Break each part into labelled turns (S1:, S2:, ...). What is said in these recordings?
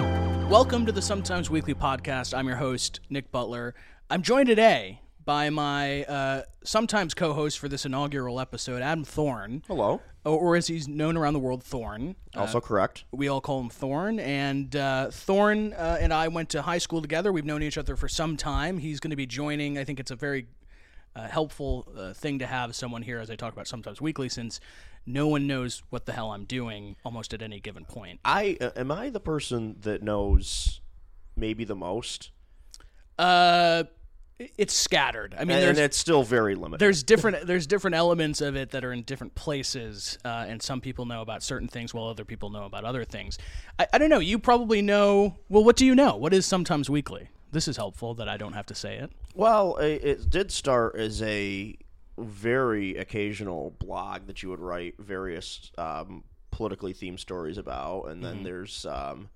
S1: Welcome to the Sometimes Weekly podcast. I'm your host, Nick Butler. I'm joined today by my uh, sometimes co host for this inaugural episode, Adam Thorne,
S2: Hello.
S1: or, or as he's known around the world, Thorne.
S2: Also correct.
S1: We all call him Thorne. And uh, Thorne uh, and I went to high school together. We've known each other for some time. He's going to be joining. I think it's a very uh, helpful uh, thing to have someone here, as I talk about sometimes weekly, since no one knows what the hell I'm doing almost at any given point.
S2: I uh, am I the person that knows maybe the most,
S1: Uh, it's scattered. I mean,
S2: and,
S1: there's,
S2: it's still very limited.
S1: there's different there's different elements of it that are in different places, uh, and some people know about certain things while other people know about other things. I, I don't know. You probably know. Well, what do you know? What is sometimes weekly? This is helpful that I don't have to say it.
S2: Well, it, it did start as a very occasional blog that you would write various um, politically themed stories about, and then there's um,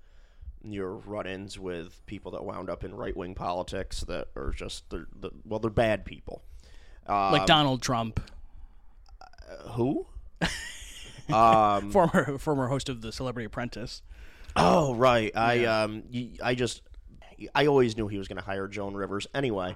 S2: your run-ins with people that wound up in right-wing politics that are just they're, the well, they're bad people.
S1: Like Donald Trump,
S2: Who?
S1: former former host of The Celebrity Apprentice.
S2: Oh right, I um, y- I just. I always knew he was going to hire Joan Rivers. Anyway,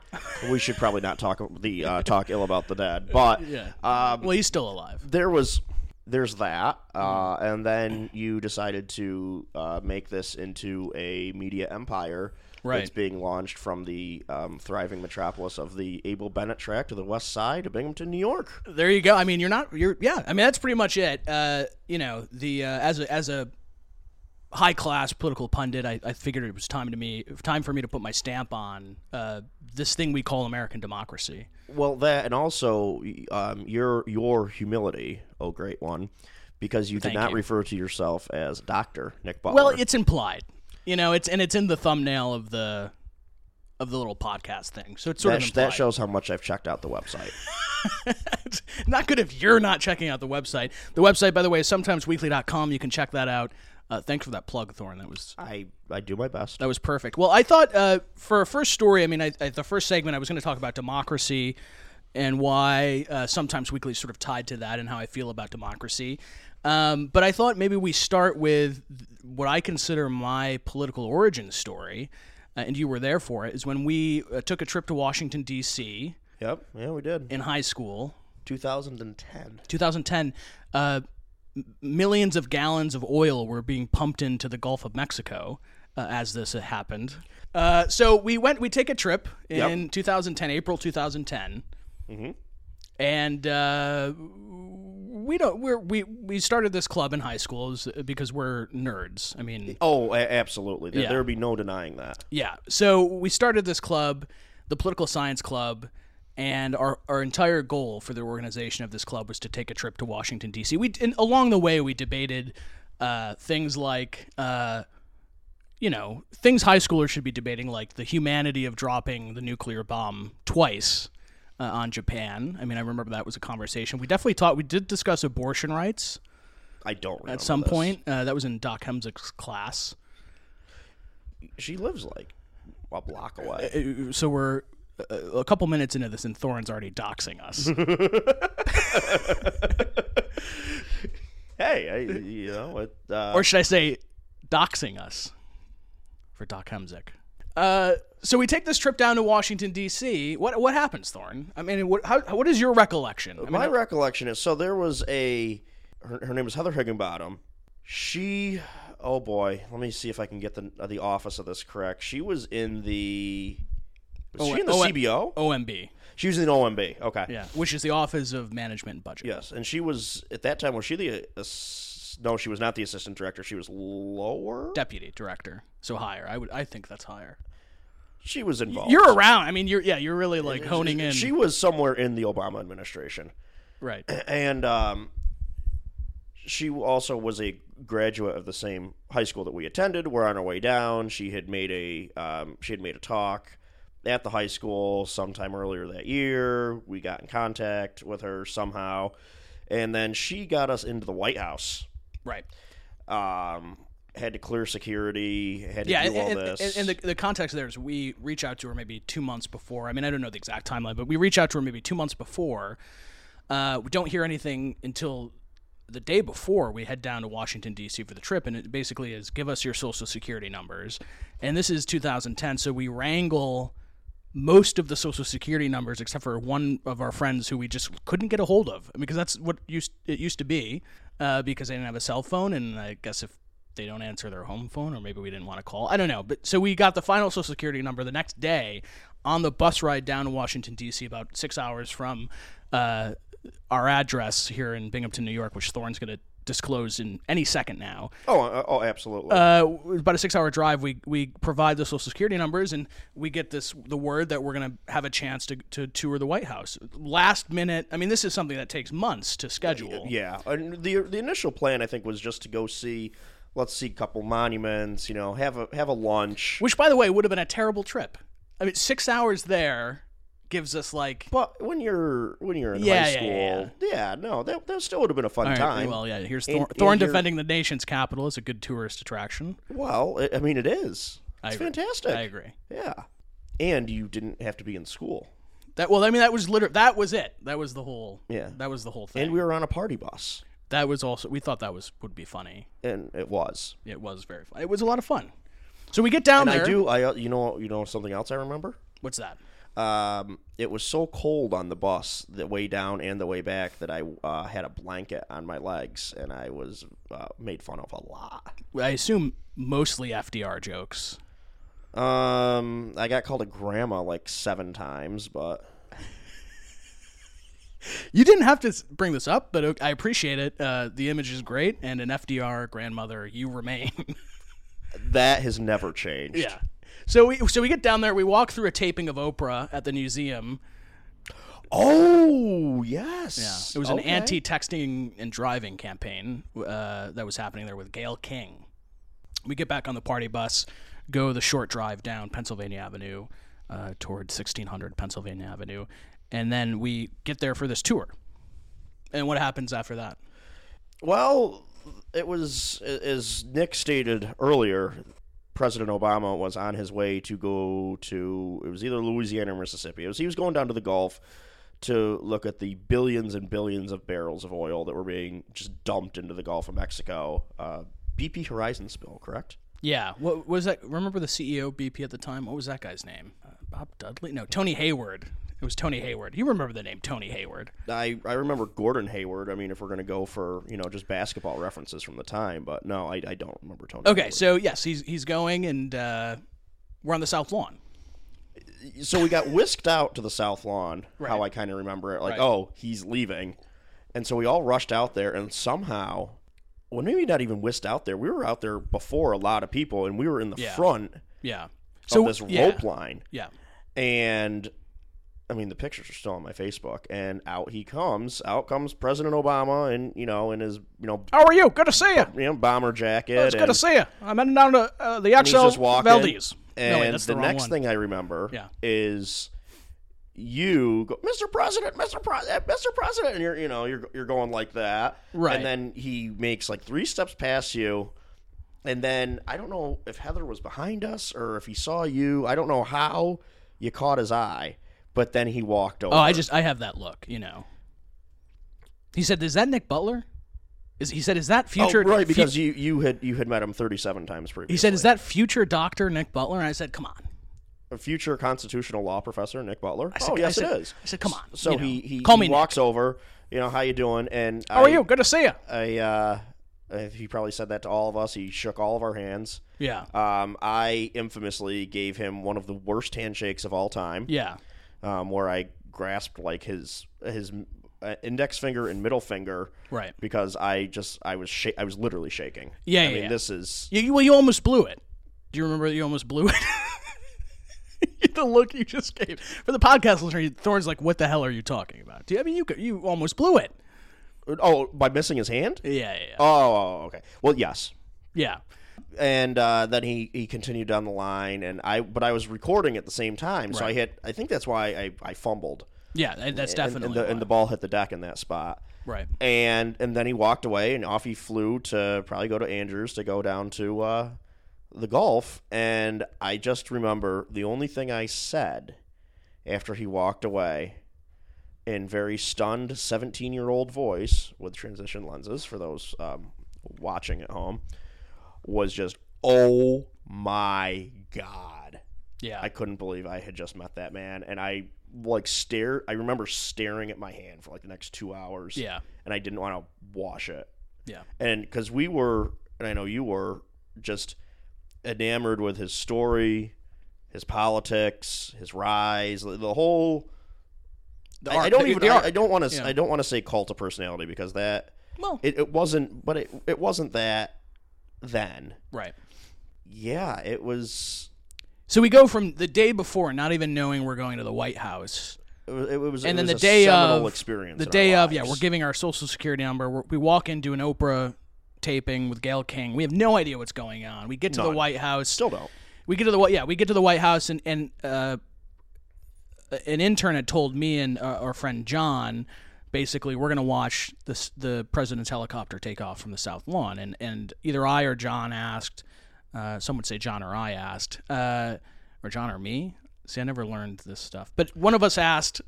S2: we should probably not talk the uh, talk ill about the dead. But
S1: Yeah.
S2: um,
S1: well, he's still alive.
S2: there was there's that, uh, and then you decided to uh, make this into a media empire that's
S1: Right.
S2: being launched from the um, thriving metropolis of the Abel Bennett tract to the west side of Binghamton, New York.
S1: there you go. I mean, you're not. You're yeah. I mean, that's pretty much it. Uh, you know, the uh, as a as a high class political pundit, I, I figured it was time to me time for me to put my stamp on uh, this thing we call American democracy.
S2: Well, that and also um, your your humility, oh great one, because you did not
S1: you.
S2: refer to yourself as Doctor Nick Butler.
S1: Well, it's implied. You know, it's and it's in the thumbnail of the of the little podcast thing. So it's sort
S2: that,
S1: of
S2: sh-
S1: implied.
S2: that shows how much I've checked out the website.
S1: not good if you're not checking out the website. The website, by the way, is sometimesweekly.com. You can check that out. Uh, thanks for that plug, Thorn. That was
S2: I I do my best.
S1: That was perfect. Well, I thought uh, for a first story, I mean, I, I, the first segment, I was going to talk about democracy and why uh, sometimes weekly is sort of tied to that and how I feel about democracy. Um, but I thought maybe we start with what I consider my political origin story, uh, and you were there for it, is when we uh, took a trip to Washington, D.C.
S2: Yep, yeah, we did.
S1: in high school,
S2: 2010.
S1: 2010. Uh, m- millions of gallons of oil were being pumped into the Gulf of Mexico uh, as this had happened. Uh, so we went. We take a trip in 2010, April 2010, and uh, we don't. We're, we we started this club in high school is- because we're nerds. I mean,
S2: Oh, a- absolutely. There,
S1: Yeah.
S2: there would be no denying that.
S1: yeah. So we started this club, the Political Science Club, and our, our entire goal for the organization of this club was to take a trip to Washington D.C. We and along the way we debated uh, things like. Uh, you know, things high schoolers should be debating, like the humanity of dropping the nuclear bomb twice uh, on Japan. I mean, I remember that was a conversation. We definitely talked, we did discuss abortion rights
S2: I don't remember
S1: at some
S2: this.
S1: point. Uh, that was in Doc Hemsick's class.
S2: She lives like a block away.
S1: Uh, so we're uh, a couple minutes into this and Thorin's already doxing us.
S2: hey, I, you know it. Uh,
S1: or should I say doxing us for Doc Hemzik. Uh, so we take this trip down to Washington D.C. What what happens, Thorn? I mean, what how, what is your recollection? I mean,
S2: my recollection is so there was a her, her name was Heather Higginbottom. She oh boy, let me see if I can get the uh, the office of this correct. She was in the was
S1: O-
S2: she in the
S1: O-
S2: CBO?
S1: OMB,
S2: She was in OMB. Okay.
S1: yeah, which is the Office of Management and Budget.
S2: Yes, and she was at that time was she the uh, ass- no, she was not the assistant director. She was lower.
S1: Deputy Director, so higher. I would I think that's higher.
S2: she was involved.
S1: You're around. I mean, you're yeah, you're really like honing in.
S2: She was somewhere in the Obama administration.
S1: right.
S2: and um, she also was a graduate of the same high school that we attended. We're on our way down. She had made a um, she had made a talk at the high school sometime earlier that year. We got in contact with her somehow, and then she got us into the White House.
S1: Right.
S2: Um, had to clear security. Had to
S1: yeah,
S2: do all
S1: and, and-
S2: this.
S1: and- and the, the context there is we reach out to her maybe two months before. I mean, I don't know the exact timeline, but we reach out to her maybe two months before. Uh, we don't hear anything until the day before we head down to Washington D.C. for the trip, and it basically is give us your social security numbers, and this is 2010. So we wrangle most of the social security numbers except for one of our friends who we just couldn't get a hold of because that's what used it used to be uh, because they didn't have a cell phone and I guess if they don't answer their home phone or maybe we didn't want to call I don't know but so we got the final social security number the next day on the bus ride down to Washington D.C. about six hours from uh, our address here in Binghamton New York which Thorne's going to disclose in any second now
S2: Oh, uh, oh, absolutely.
S1: uh, it was about a six hour drive, we, we provide the social security numbers and we get this the word that we're going to have a chance to, to tour the White House. Last minute, I mean, this is something that takes months to schedule.
S2: yeah, and the the initial plan I think was just to go see, let's see a couple monuments, you know, have a have a lunch.
S1: Which, by the way, would have been a terrible trip. I mean, six hours there gives us like.
S2: But when you're when you're in
S1: Yeah,
S2: high
S1: yeah,
S2: school, yeah, no, that, that still would have been a fun
S1: All right,
S2: time.
S1: well, yeah, here's
S2: And-
S1: Thorn,
S2: and
S1: Thorn
S2: you're-
S1: defending the nation's capital is a good tourist attraction.
S2: Well, I- I mean, it is. It's
S1: agree.
S2: fantastic.
S1: I agree.
S2: Yeah, and you didn't have to be in school,
S1: That well, I mean, that was literally that was it. That was the whole.
S2: Yeah.
S1: That was the whole thing.
S2: and we were on a party bus,
S1: that was also we thought that was would be funny.
S2: and it was.
S1: It was very fun. It was a lot of fun. So we get down
S2: And
S1: there.
S2: I do. I uh, you know you know something else I remember.
S1: What's that?
S2: Um, it was so cold on the bus the way down and the way back that I uh, had a blanket on my legs and I was uh, made fun of a lot.
S1: I assume mostly FDR jokes.
S2: Um, I got called a grandma like seven times, but
S1: You didn't have to s- bring this up, but o- I appreciate it. Uh, the image is great, and an FDR grandmother, you remain.
S2: that has never changed.
S1: So we so we get down there. We walk through a taping of Oprah at the museum.
S2: Oh yes.
S1: It was an
S2: Okay.
S1: anti-texting and driving campaign uh, that was happening there with Gail King. We get back on the party bus, go the short drive down Pennsylvania Avenue uh, toward 1600 Pennsylvania Avenue, and then we get there for this tour. And what happens after that?
S2: Well, it was a- as Nick stated earlier. President Obama was on his way to go to it was either Louisiana or Mississippi. It was he was going down to the Gulf to look at the billions and billions of barrels of oil that were being just dumped into the Gulf of Mexico. Uh, BP Horizon spill, correct?
S1: Yeah, what was that? Remember the E CEO BP at the time? What was that guy's name? Uh, Bob Dudley? No, Tony Hayward. It was Tony Hayward. You remember the name Tony Hayward?
S2: I, I remember Gordon Hayward. I mean, if we're going to go for you know just basketball references from the time, but no, I, I don't remember Tony.
S1: Okay, so yes, he's he's going, and uh, we're on the South Lawn.
S2: so we got whisked out to the south lawn how
S1: Right.
S2: i kind of remember it like
S1: Right.
S2: oh he's leaving and so we all rushed out there and somehow well maybe not even whisked out there we were out there before a lot of people and we were in the
S1: Yeah.
S2: front
S1: Yeah.
S2: of this
S1: yeah,
S2: rope line
S1: Yeah.
S2: and i mean the pictures are still on my facebook and out he comes out comes president obama and you know in his you know,
S1: How are you? Good to see you.
S2: you know bomber jacket
S1: Oh, It's good to
S2: and-
S1: see you. I'm heading down to uh, the
S2: and he's
S1: Excel
S2: just walking.
S1: Valdez.
S2: And
S1: no, wait, that's the,
S2: the,
S1: wrong
S2: next
S1: one.
S2: thing I remember
S1: Yeah.
S2: is you go, Mr. President, Mr. President, Mr. President, and you're you know you're you're going like that,
S1: Right.
S2: And then he makes like three steps past you, and then I don't know if Heather was behind us or if he saw you. I don't know how you caught his eye, but then he walked over.
S1: Oh, I just I have that look. You know. He said, "Is that Nick Butler?" Is he said, "Is that
S2: Oh,
S1: future?" fu-
S2: right because you you had you had met him 37 times previously.
S1: he said, "Is that future Doctor Nick Butler?" And I said, "Come on."
S2: a future constitutional law professor Nick Butler?
S1: said-
S2: oh yes,
S1: I said-
S2: it is.
S1: I said, "Come on."
S2: So
S1: you know,
S2: he he,
S1: call me.
S2: he
S1: Nick.
S2: walks over. You know how you doing? And
S1: How
S2: I,
S1: are you? Good to see you.
S2: I uh, I- he probably said that to all of us. He shook all of our hands.
S1: Yeah.
S2: Um, I infamously gave him one of the worst handshakes of all time.
S1: Yeah.
S2: Um, where I grasped like his his uh, index finger and middle finger.
S1: Right.
S2: Because I just I was sha- I was literally shaking.
S1: Yeah,
S2: I
S1: yeah,
S2: mean,
S1: yeah.
S2: this is
S1: You, you- well, you almost blew it. Do you remember that you almost blew it? the look you just gave for the podcast listener, Thorne's like, "What the hell are you talking about?" Do you, I mean, you could- you almost blew it.
S2: oh by missing his hand.
S1: Yeah, yeah, yeah.
S2: Oh, okay. Well, yes.
S1: yeah.
S2: and uh, then he, he continued down the line and i but i was recording at the same time so i hit i think that's why i, I fumbled
S1: Yeah, and that's
S2: and,
S1: definitely
S2: and, the, and the ball hit the deck in that spot
S1: why. right.
S2: and and then he walked away and off he flew to probably go to andrews to go down to uh, the golf and i just remember the only thing i said after he walked away in very stunned 17 year old voice with transition lenses for those um, watching at home was just oh my god.
S1: Yeah.
S2: I couldn't believe I had just met that man, and I like stare. I remember staring at my hand for like the next two hours.
S1: yeah.
S2: and I didn't want to wash it,
S1: Yeah.
S2: and because we were, and I know you were, just enamored with his story, his politics, his rise, the the whole.
S1: The
S2: I,
S1: art-
S2: I don't
S1: the-
S2: even.
S1: the
S2: I,
S1: art.
S2: I don't want to.
S1: Yeah.
S2: I don't want to say cult of personality because that
S1: well,
S2: it, it wasn't. But it it wasn't that then.
S1: right.
S2: Yeah, it was.
S1: So we go from the day before, not even knowing we're going to the White House,
S2: It was. It was
S1: and
S2: it
S1: then
S2: was
S1: the
S2: a
S1: day
S2: seminal
S1: of
S2: experience.
S1: the
S2: in our
S1: day of yeah
S2: lives.
S1: we're giving our social security number we're, we walk into an oprah taping with gail king we have no idea what's going on we get to the
S2: None.
S1: white house
S2: still don't.
S1: we get to the Whi- yeah we get to the white house and and uh, an intern had told me and uh, our friend john basically we're going to watch this the president's helicopter take off from the south lawn and and either i or john asked uh, some would say john or i asked uh, or john or me see i never learned this stuff but one of us asked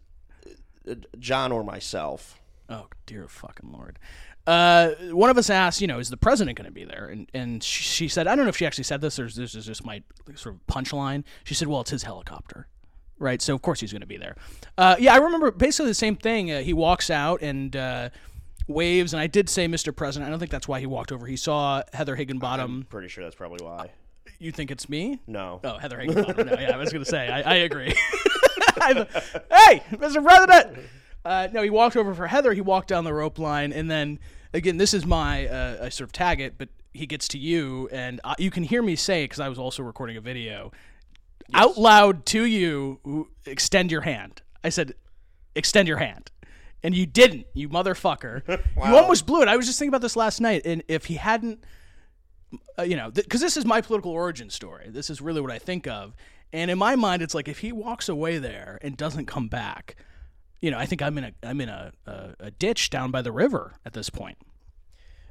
S2: John or myself.
S1: Oh dear fucking lord! Uh, one of us asked, you know, is the president going to be there? And and she, she said, I don't know if she actually said this, or this is just my sort of punchline. She said, well, it's his helicopter, right? So of course he's going to be there. Uh, yeah, I remember basically the same thing. Uh, he walks out and. Uh, Waves and I did say, Mr. President. I don't think that's why he walked over. He saw Heather Higginbottom.
S2: Pretty sure that's probably why.
S1: You think it's me?
S2: No.
S1: Mm. Oh, Heather Higginbottom. no, yeah, I was gonna say. I, I agree. I- hey, Mr. President. Uh, no, he walked over for Heather. He walked down the rope line, and then again, this is my uh, I sort of tag it, but he gets to you, and I, you can hear me say because I was also recording a video out loud to you. Extend your hand. I said, extend your hand. And you didn't, you motherfucker. You almost blew it. I was just thinking about this last night, and if he hadn't uh, you know, because this is my political origin story. This is really what I think of. And in my mind, it's like if he walks away there and doesn't come back, you know, I think I'm in a I'm in a a, a ditch down by the river at this point.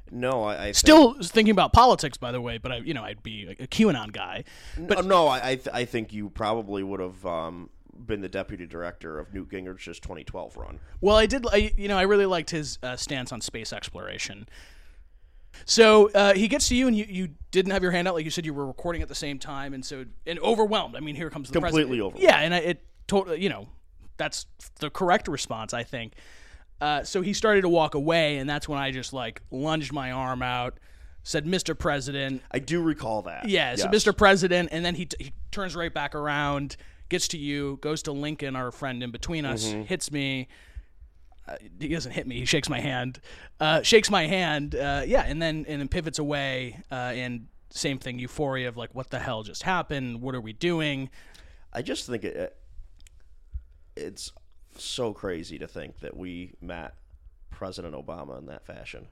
S2: No, I, I think,
S1: Still thinking about politics, by the way, but I you know I'd be a, a QAnon guy. But
S2: no, I I, th- I think you probably would have um, been the deputy director of Newt Gingrich's 2012 run.
S1: well, I did I, you know I really liked his uh, stance on space exploration. So uh, he gets to you, and you, you didn't have your hand out, like you said you were recording at the same time, and so and overwhelmed. I mean, here comes the president.
S2: Completely over.
S1: Yeah, and I, it totally, you know, that's the correct response, I think. Uh, so he started to walk away, and that's when I just like lunged my arm out, said, "Mr. President."
S2: I do recall that.
S1: Yeah, so
S2: Yes.
S1: Mr. President, and then he, t- he turns right back around, gets to you, goes to Lincoln, our friend in between us, hits me. Uh, he doesn't hit me. He shakes my hand. Uh, shakes my hand. Uh, yeah, and then and then pivots away. Uh, and same thing, euphoria of like, what the hell just happened? What are we doing?
S2: I just think it, it- it's so crazy to think that we met President Obama in that fashion.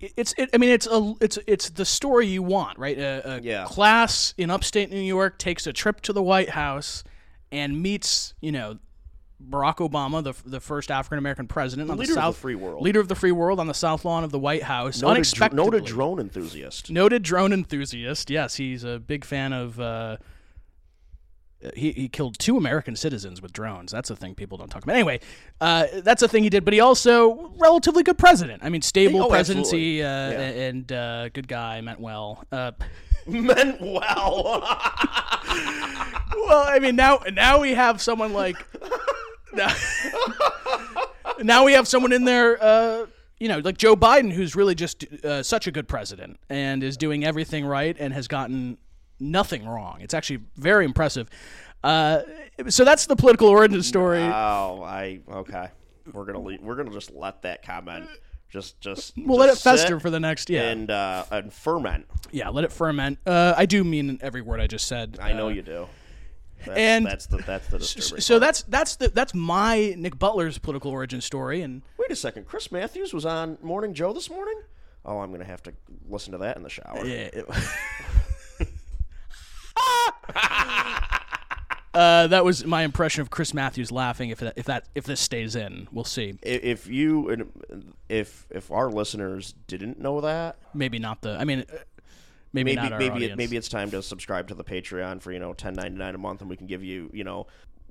S1: it's it, I mean it's a it's it's the story you want, right? A, a
S2: Yeah.
S1: class in upstate New York takes a trip to the White House and meets you know Barack Obama, the the first African American president on
S2: Leader of
S1: the
S2: the
S1: South
S2: free world.
S1: leader of the free world on the South lawn of the White House,
S2: Noted, dr-
S1: unexpectedly.
S2: noted drone enthusiast.
S1: Noted drone enthusiast. Yes, he's a big fan of. Uh, he, he killed two American citizens with drones. That's a thing people don't talk about. Anyway, uh, that's a thing he did. But he also relatively good president. I mean, stable
S2: Oh,
S1: presidency uh,
S2: absolutely.
S1: and uh, good guy meant well. Uh,
S2: Meant well.
S1: well, I mean now now we have someone like now, now we have someone in there. Uh, you know, like Joe Biden, who's really just uh, such a good president and is doing everything right and has gotten nothing wrong. It's actually very impressive. Uh, so that's the political origin story.
S2: oh, I okay. We're gonna leave, we're gonna just let that comment just just
S1: we'll let it
S2: just sit
S1: fester for the next. Yeah,
S2: and uh, and ferment.
S1: yeah. Let it ferment. Uh, I do mean every word I just said.
S2: I know you do. That's,
S1: and-
S2: that's the that's the disturbing.
S1: So that's that's the that's my Nick Butler's political origin story, and
S2: Wait a second. Chris Matthews was on Morning Joe this morning. Oh, I'm gonna have to listen to that in the shower.
S1: uh, that was my impression of Chris Matthews laughing. If that, if that if this stays in, we'll see.
S2: I- If you and if if our listeners didn't know that,
S1: Maybe not the. I mean, uh, maybe,
S2: maybe
S1: not our
S2: maybe
S1: audience.
S2: it, maybe it's time to subscribe to the Patreon for you know 10.99 a month, and we can give you you know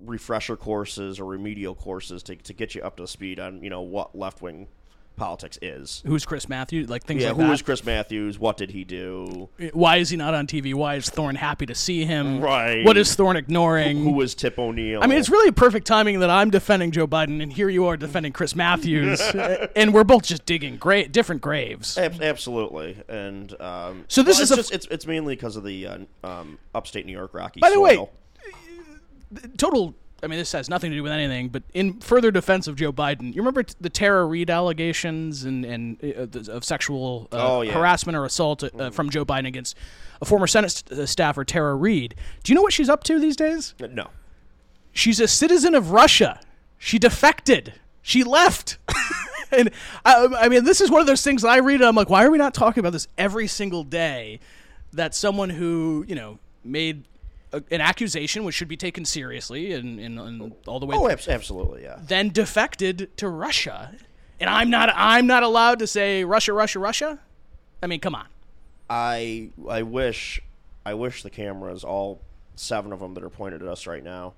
S2: refresher courses or remedial courses to to get you up to speed on you know what left wing politics is.
S1: Who's Chris Matthews? Like things
S2: Yeah,
S1: like
S2: who
S1: that.
S2: was Chris Matthews? What did he do?
S1: Why is he not on TV? Why is Thorne happy to see him?
S2: Right.
S1: What is Thorne ignoring?
S2: Who was Tip O'Neill?
S1: I mean, it's really perfect timing that I'm defending Joe Biden and here you are defending Chris Matthews, and we're both just digging gra- different graves.
S2: Ab- absolutely, and um,
S1: So this
S2: well,
S1: is
S2: it's
S1: a-
S2: just, it's it's mainly because of the uh, um, upstate New York Rocky.
S1: By the way,
S2: soil.
S1: total. I mean, this has nothing to do with anything, but in further defense of Joe Biden, you remember t- the Tara Reid allegations and and uh, the- of sexual uh,
S2: Oh, yeah. Mm.
S1: harassment or assault uh, from Joe Biden against a former Senate st- uh, staffer, Tara Reid. Do you know what she's up to these days?
S2: Uh, no,
S1: She's a citizen of Russia. She defected. She left. and I, I mean, this is one of those things that I read. And I'm like, why are we not talking about this every single day? That someone who you know made a, an accusation which should be taken seriously and, and, and all the way
S2: oh, abs- absolutely, yeah.
S1: then defected to Russia, and I'm not I'm not allowed to say Russia, Russia, Russia. I mean, come on.
S2: I I wish I wish the cameras, all seven of them that are pointed at us right now,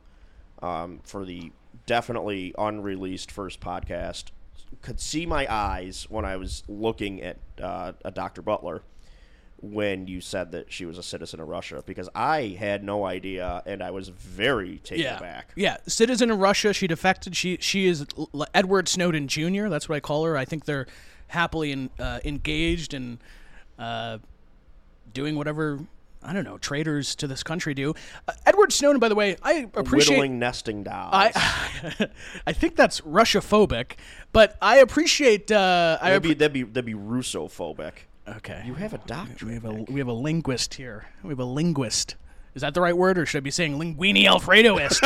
S2: um, for the definitely unreleased first podcast, could see my eyes when I was looking at uh, a Dr. Butler when you said that she was a citizen of Russia because I had no idea and I was very taken
S1: Yeah,
S2: aback.
S1: yeah. Citizen of Russia. She defected. She she is L- L- Edward Snowden Jr. That's what I call her. I think they're happily in, uh, engaged and uh, doing whatever I don't know traitors to this country do. Uh, Edward Snowden, by the way, I appreciate.
S2: Whittling nesting dolls.
S1: I, I think that's Russia-phobic, but I appreciate. Uh, I
S2: that'd, be, that'd be that'd be Russophobic.
S1: okay.
S2: You have a doctorate.
S1: We have a we have a linguist here. We have a linguist. Is that the right word, or should I be saying linguini alfredoist?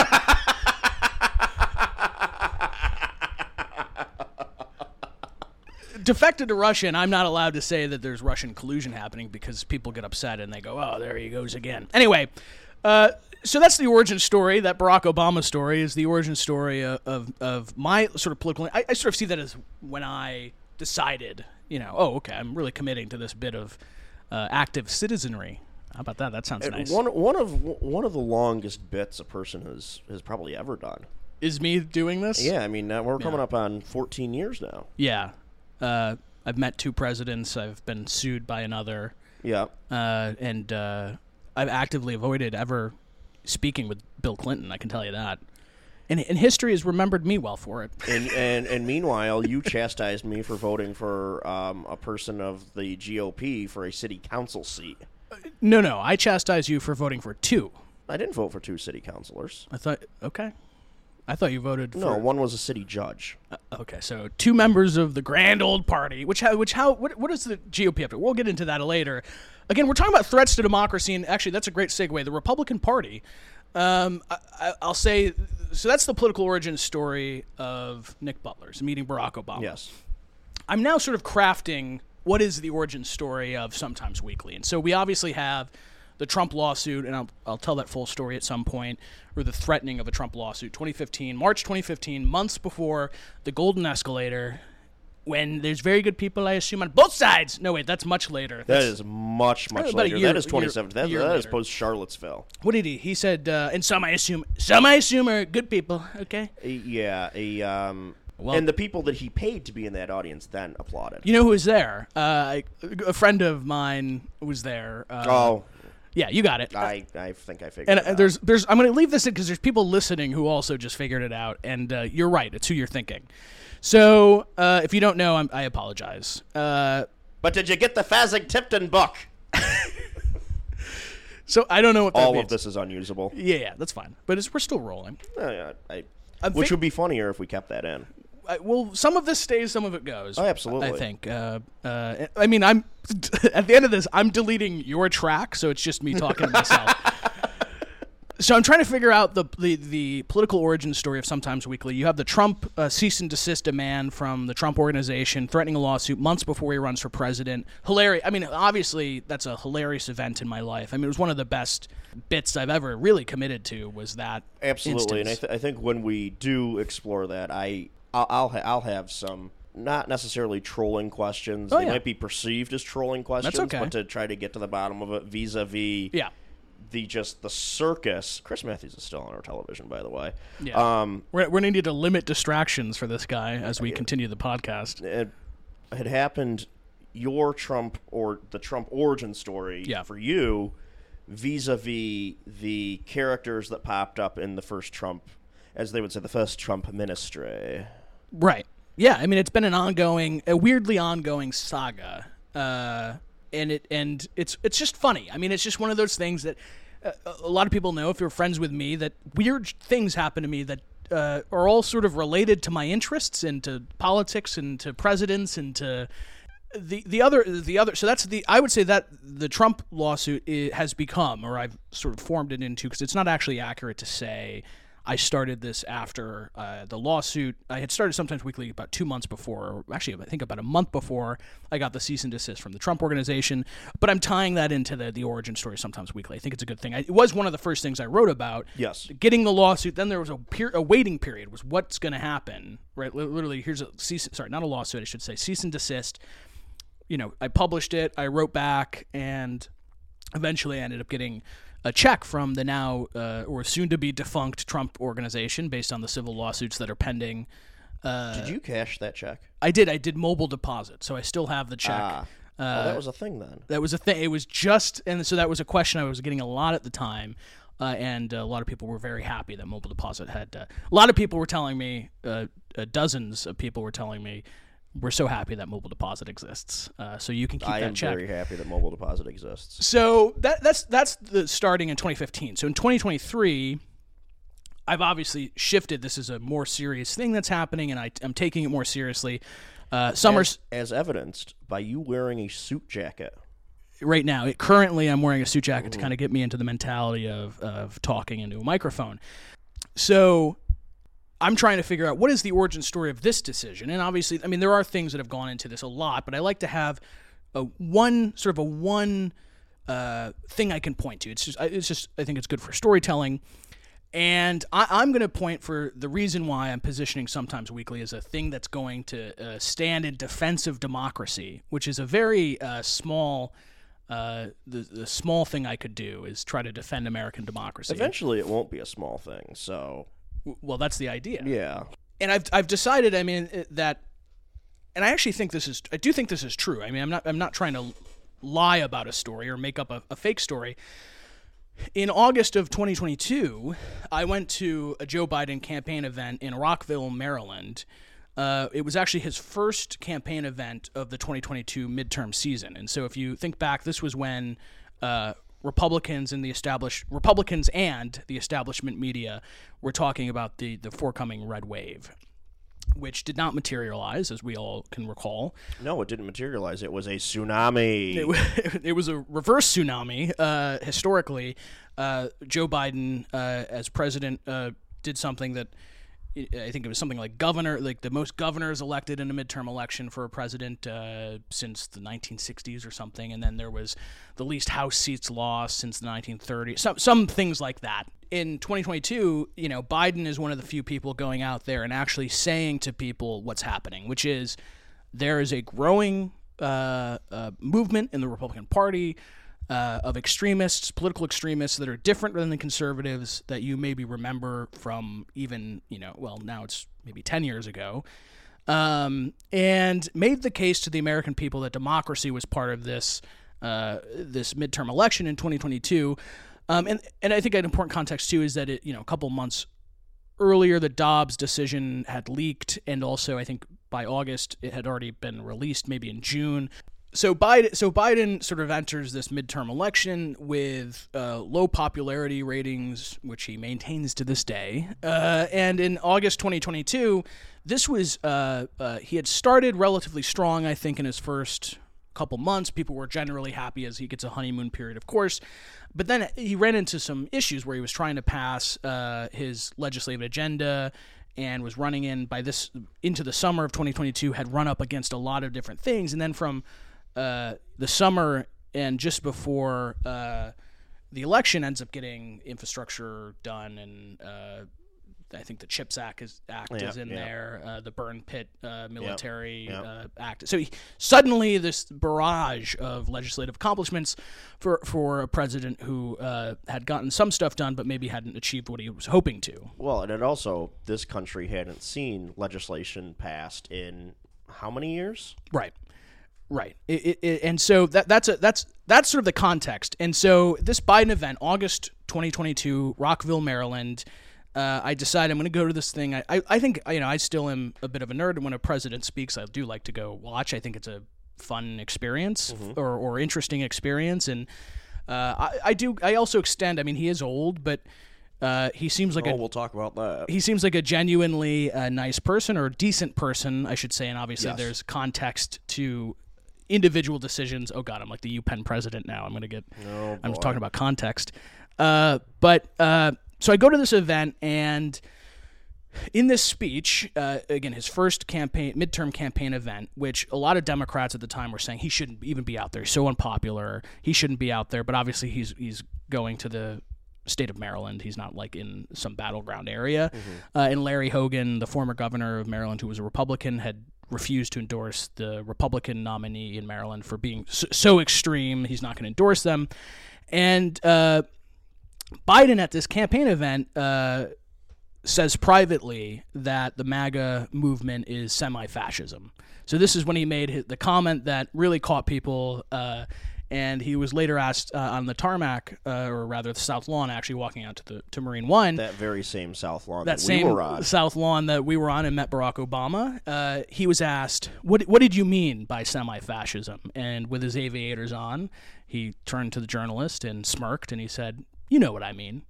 S1: Defected to Russia, and I'm not allowed to say that there's Russian collusion happening because people get upset and they go, "Oh, there he goes again." Anyway, uh, so that's the origin story. That Barack Obama story is the origin story of of, of my sort of political. I, I sort of see that as when I decided, you know, oh, okay, I'm really committing to this bit of uh, active citizenry. How about that? That sounds nice.
S2: One one of one of the longest bits a person has has probably ever done.
S1: is me doing this?
S2: Yeah, I mean uh, we're coming up on 14 years now.
S1: Yeah. Uh, I've met two presidents. I've been sued by another,
S2: Yeah,
S1: uh, and uh, I've actively avoided ever speaking with Bill Clinton. I can tell you that. And, and history has remembered me well for it.
S2: and and and meanwhile you chastised me for voting for um, a person of the GOP for a city council seat.
S1: No, no, I chastise you for voting for two.
S2: I didn't vote for two city councilors.
S1: I thought, okay, I thought you voted for.
S2: No, one was a city judge.
S1: Okay, so two members of the grand old party, which how, which how, what, what is the GOP up to? We'll get into that later. Again, we're talking about threats to democracy, and actually, that's a great segue. The Republican Party, um, I, I, I'll say, so that's the political origin story of Nick Butler's meeting Barack Obama.
S2: Yes.
S1: I'm now sort of crafting what is the origin story of Sometimes Weekly. And so we obviously have the Trump lawsuit, and I'll, I'll tell that full story at some point, or the threatening of a Trump lawsuit, 2015, March 2015, months before the Golden Escalator, when there's very good people, I assume, on both sides. No, wait, that's much later.
S2: That
S1: That's-
S2: is much much
S1: About a
S2: later.
S1: year-
S2: that is 27th. That,
S1: year- year
S2: that is
S1: later.
S2: post Charlottesville.
S1: what did he? He said, uh, and some I assume, some I assume are good people. Okay.
S2: Yeah, a um,
S1: Well-
S2: and the people that he paid to be in that audience then applauded.
S1: You know who was there? Uh, I- a friend of mine was there. Uh,
S2: Oh,
S1: yeah, you got it.
S2: I, I think I figured.
S1: and
S2: it
S1: uh,
S2: out.
S1: there's there's I'm going to leave this in because there's people listening who also just figured it out, and uh, you're right. It's who you're thinking. So uh, if you don't know, I'm, I apologize. Uh,
S2: But did you get the Fazig Tipton book?
S1: so I don't know what that
S2: All
S1: means.
S2: of this is unusable.
S1: Yeah, yeah, that's fine. But it's, we're still rolling.
S2: Uh, I,
S1: I'm
S2: which
S1: think-
S2: would be funnier if we kept that in.
S1: I, well, some of this stays, some of it goes.
S2: Oh, absolutely.
S1: I think. Uh, uh, I mean, I'm at the end of this, I'm deleting your track, so it's just me talking to myself. So I'm trying to figure out the, the the political origin story of Sometimes Weekly. You have the Trump uh, cease and desist demand from the Trump organization threatening a lawsuit months before he runs for president. Hilarious. I mean, obviously that's a hilarious event in my life. I mean, it was one of the best bits I've ever really committed to. Was that
S2: Absolutely, and I,
S1: instance.
S2: th- I think when we do explore that, I I'll I'll, ha- I'll have some not necessarily trolling questions. they
S1: yeah.
S2: might be perceived as trolling questions,
S1: okay.
S2: but to try to get to the bottom of it vis-a-vis
S1: yeah.
S2: the just the circus. Chris Matthews is still on our television, by the way.
S1: Yeah.
S2: Um,
S1: We're, we're needed to limit distractions for this guy as we continue the podcast.
S2: and had happened, your Trump or the Trump origin story
S1: Yeah.
S2: for you, vis-a-vis the characters that popped up in the first Trump, as they would say, the first Trump ministry.
S1: Right. Yeah. I mean, it's been an ongoing, a weirdly ongoing saga, uh, and it and it's it's just funny. I mean, it's just one of those things that uh, a lot of people know if you're friends with me that weird things happen to me that. Uh, are all sort of related to my interests and to politics and to presidents and to the the other the other so that's the I would say that the Trump lawsuit i has become or I've sort of formed it into because it's not actually accurate to say I started this after uh, the lawsuit. I had started sometimes weekly about two months before, or actually I think about a month before I got the cease and desist from the Trump organization. But I'm tying that into the the origin story sometimes weekly. I think it's a good thing. I, it was one of the first things I wrote about
S2: Yes.
S1: getting the lawsuit. Then there was a, per- a waiting period. Was what's going to happen? Right. Li- Literally, here's a cease. Sorry, not a lawsuit. I should say cease and desist. You know, I published it. I wrote back, and eventually I ended up getting a check from the now uh, or soon to be defunct Trump organization based on the civil lawsuits that are pending. Uh,
S2: Did you cash that check?
S1: I did. I did mobile deposit, so I still have the check.
S2: Ah, oh,
S1: Uh,
S2: that was a thing then.
S1: That was a thing. It was just, and so that was a question I was getting a lot at the time, uh, and a lot of people were very happy that Mobile Deposit had. Uh, a lot of people were telling me, uh, uh, dozens of people were telling me, we're so happy that Mobile Deposit exists. Uh, so you can keep
S2: I
S1: that
S2: am
S1: check.
S2: very happy that mobile deposit exists.
S1: So that that's that's the starting in 2015. So in 2023, I've obviously shifted. This is a more serious thing that's happening, and I, I'm taking it more seriously. Uh, summer's
S2: as evidenced by you wearing a suit jacket.
S1: right now it, currently i'm wearing a suit jacket to kind of get me into the mentality of, of talking into a microphone so i'm trying to figure out what is the origin story of this decision and obviously i mean there are things that have gone into this a lot but i like to have a one sort of a one uh, thing i can point to it's just I- it's just i think it's good for storytelling and I, I'm going to point for the reason why I'm positioning sometimes weekly as a thing that's going to uh, stand in defense of democracy, which is a very uh, small, uh, the, the small thing I could do is try to defend American democracy.
S2: Eventually, it won't be a small thing. So
S1: W- Well, that's the idea.
S2: yeah,
S1: and I've I've decided. I mean it- that, and I actually think this is. I do think this is true. I mean, I'm not I'm not trying to lie about a story or make up a, a fake story. In August of 2022, I went to a Joe Biden campaign event in Rockville, Maryland. Uh, it was actually his first campaign event of the 2022 midterm season. And so, if you think back, this was when uh, Republicans and the established Republicans and the establishment media were talking about the the forthcoming red wave, which did not materialize, as we all can recall.
S2: no, it didn't materialize. It was a tsunami.
S1: it was a reverse tsunami uh, historically. Uh, Joe Biden, uh, as president, uh, did something that I think it was something like governor, like the most governors elected in a midterm election for a president uh, since the 1960s or something. And then there was the least House seats lost since the 1930s, some, some things like that. In 2022, you know, Biden is one of the few people going out there and actually saying to people what's happening, which is there is a growing uh, uh, movement in the Republican Party uh, of extremists, political extremists that are different than the conservatives that you maybe remember from even, you know, well, now it's maybe 10 years ago, um, and made the case to the American people that democracy was part of this. Uh, this midterm election in 2022, um, and and I think an important context too is that it you know a couple months earlier the Dobbs decision had leaked, and also I think by August it had already been released, maybe in June. So Biden, so Biden sort of enters this midterm election with uh, low popularity ratings, which he maintains to this day. Uh, and in August 2022, this was uh, uh, he had started relatively strong, I think, in his first couple months. People were generally happy as he gets a honeymoon period, of course. But then he ran into some issues where he was trying to pass uh, his legislative agenda and was running in by this into the summer of 2022 had run up against a lot of different things and then from uh, the summer and just before uh, the election ends up getting infrastructure done and uh, I think the Chips Act is act is in
S2: yeah.
S1: there uh, the burn pit uh, military
S2: yeah.
S1: Uh, act so he, suddenly this barrage of legislative accomplishments for for a president who uh, had gotten some stuff done but maybe hadn't achieved what he was hoping to
S2: Well, and it also this country hadn't seen legislation passed in how many years?
S1: Right. Right. It, it, it- and so that that's a that's that's sort of the context. And so this Biden event, August 2022, Rockville, Maryland. Uh, I decide I'm going to go to this thing. I, I, I think you know I still am a bit of a nerd, and when a president speaks, I do like to go watch. I think it's a fun experience or, or interesting experience, and uh, I, I do. I also extend. I mean, he is old, but uh, he seems like a
S2: Oh, we'll talk about that.
S1: he seems like a genuinely uh, nice person or decent person, I should say. And obviously,
S2: Yes.
S1: there's context to individual decisions. Oh God, I'm like the UPenn president now. I'm gonna get. I'm just talking about context. Uh, but uh, so I go to this event and in this speech, uh, again, his first campaign, midterm campaign event, which a lot of Democrats at the time were saying he shouldn't even be out there. He's so unpopular. He shouldn't be out there. But obviously, he's he's going to the state of Maryland. He's not like in some battleground area. Uh, and Larry Hogan, the former governor of Maryland, who was a Republican, had refused to endorse the Republican nominee in Maryland for being so, so extreme. He's not going to endorse them. And uh, Biden at this campaign event. Uh, says privately that the MAGA movement is semi-fascism. So this is when he made his, the comment that really caught people, uh, and he was later asked uh, on the tarmac, uh, or rather the South Lawn, actually walking out to the to Marine One.
S2: That very same South Lawn
S1: that
S2: that,
S1: same
S2: we were on.
S1: South Lawn that we were on and met Barack Obama. Uh, he was asked, "What what did you mean by semi-fascism?" And with his aviators on, he turned to the journalist and smirked, and he said, "You know what I mean,"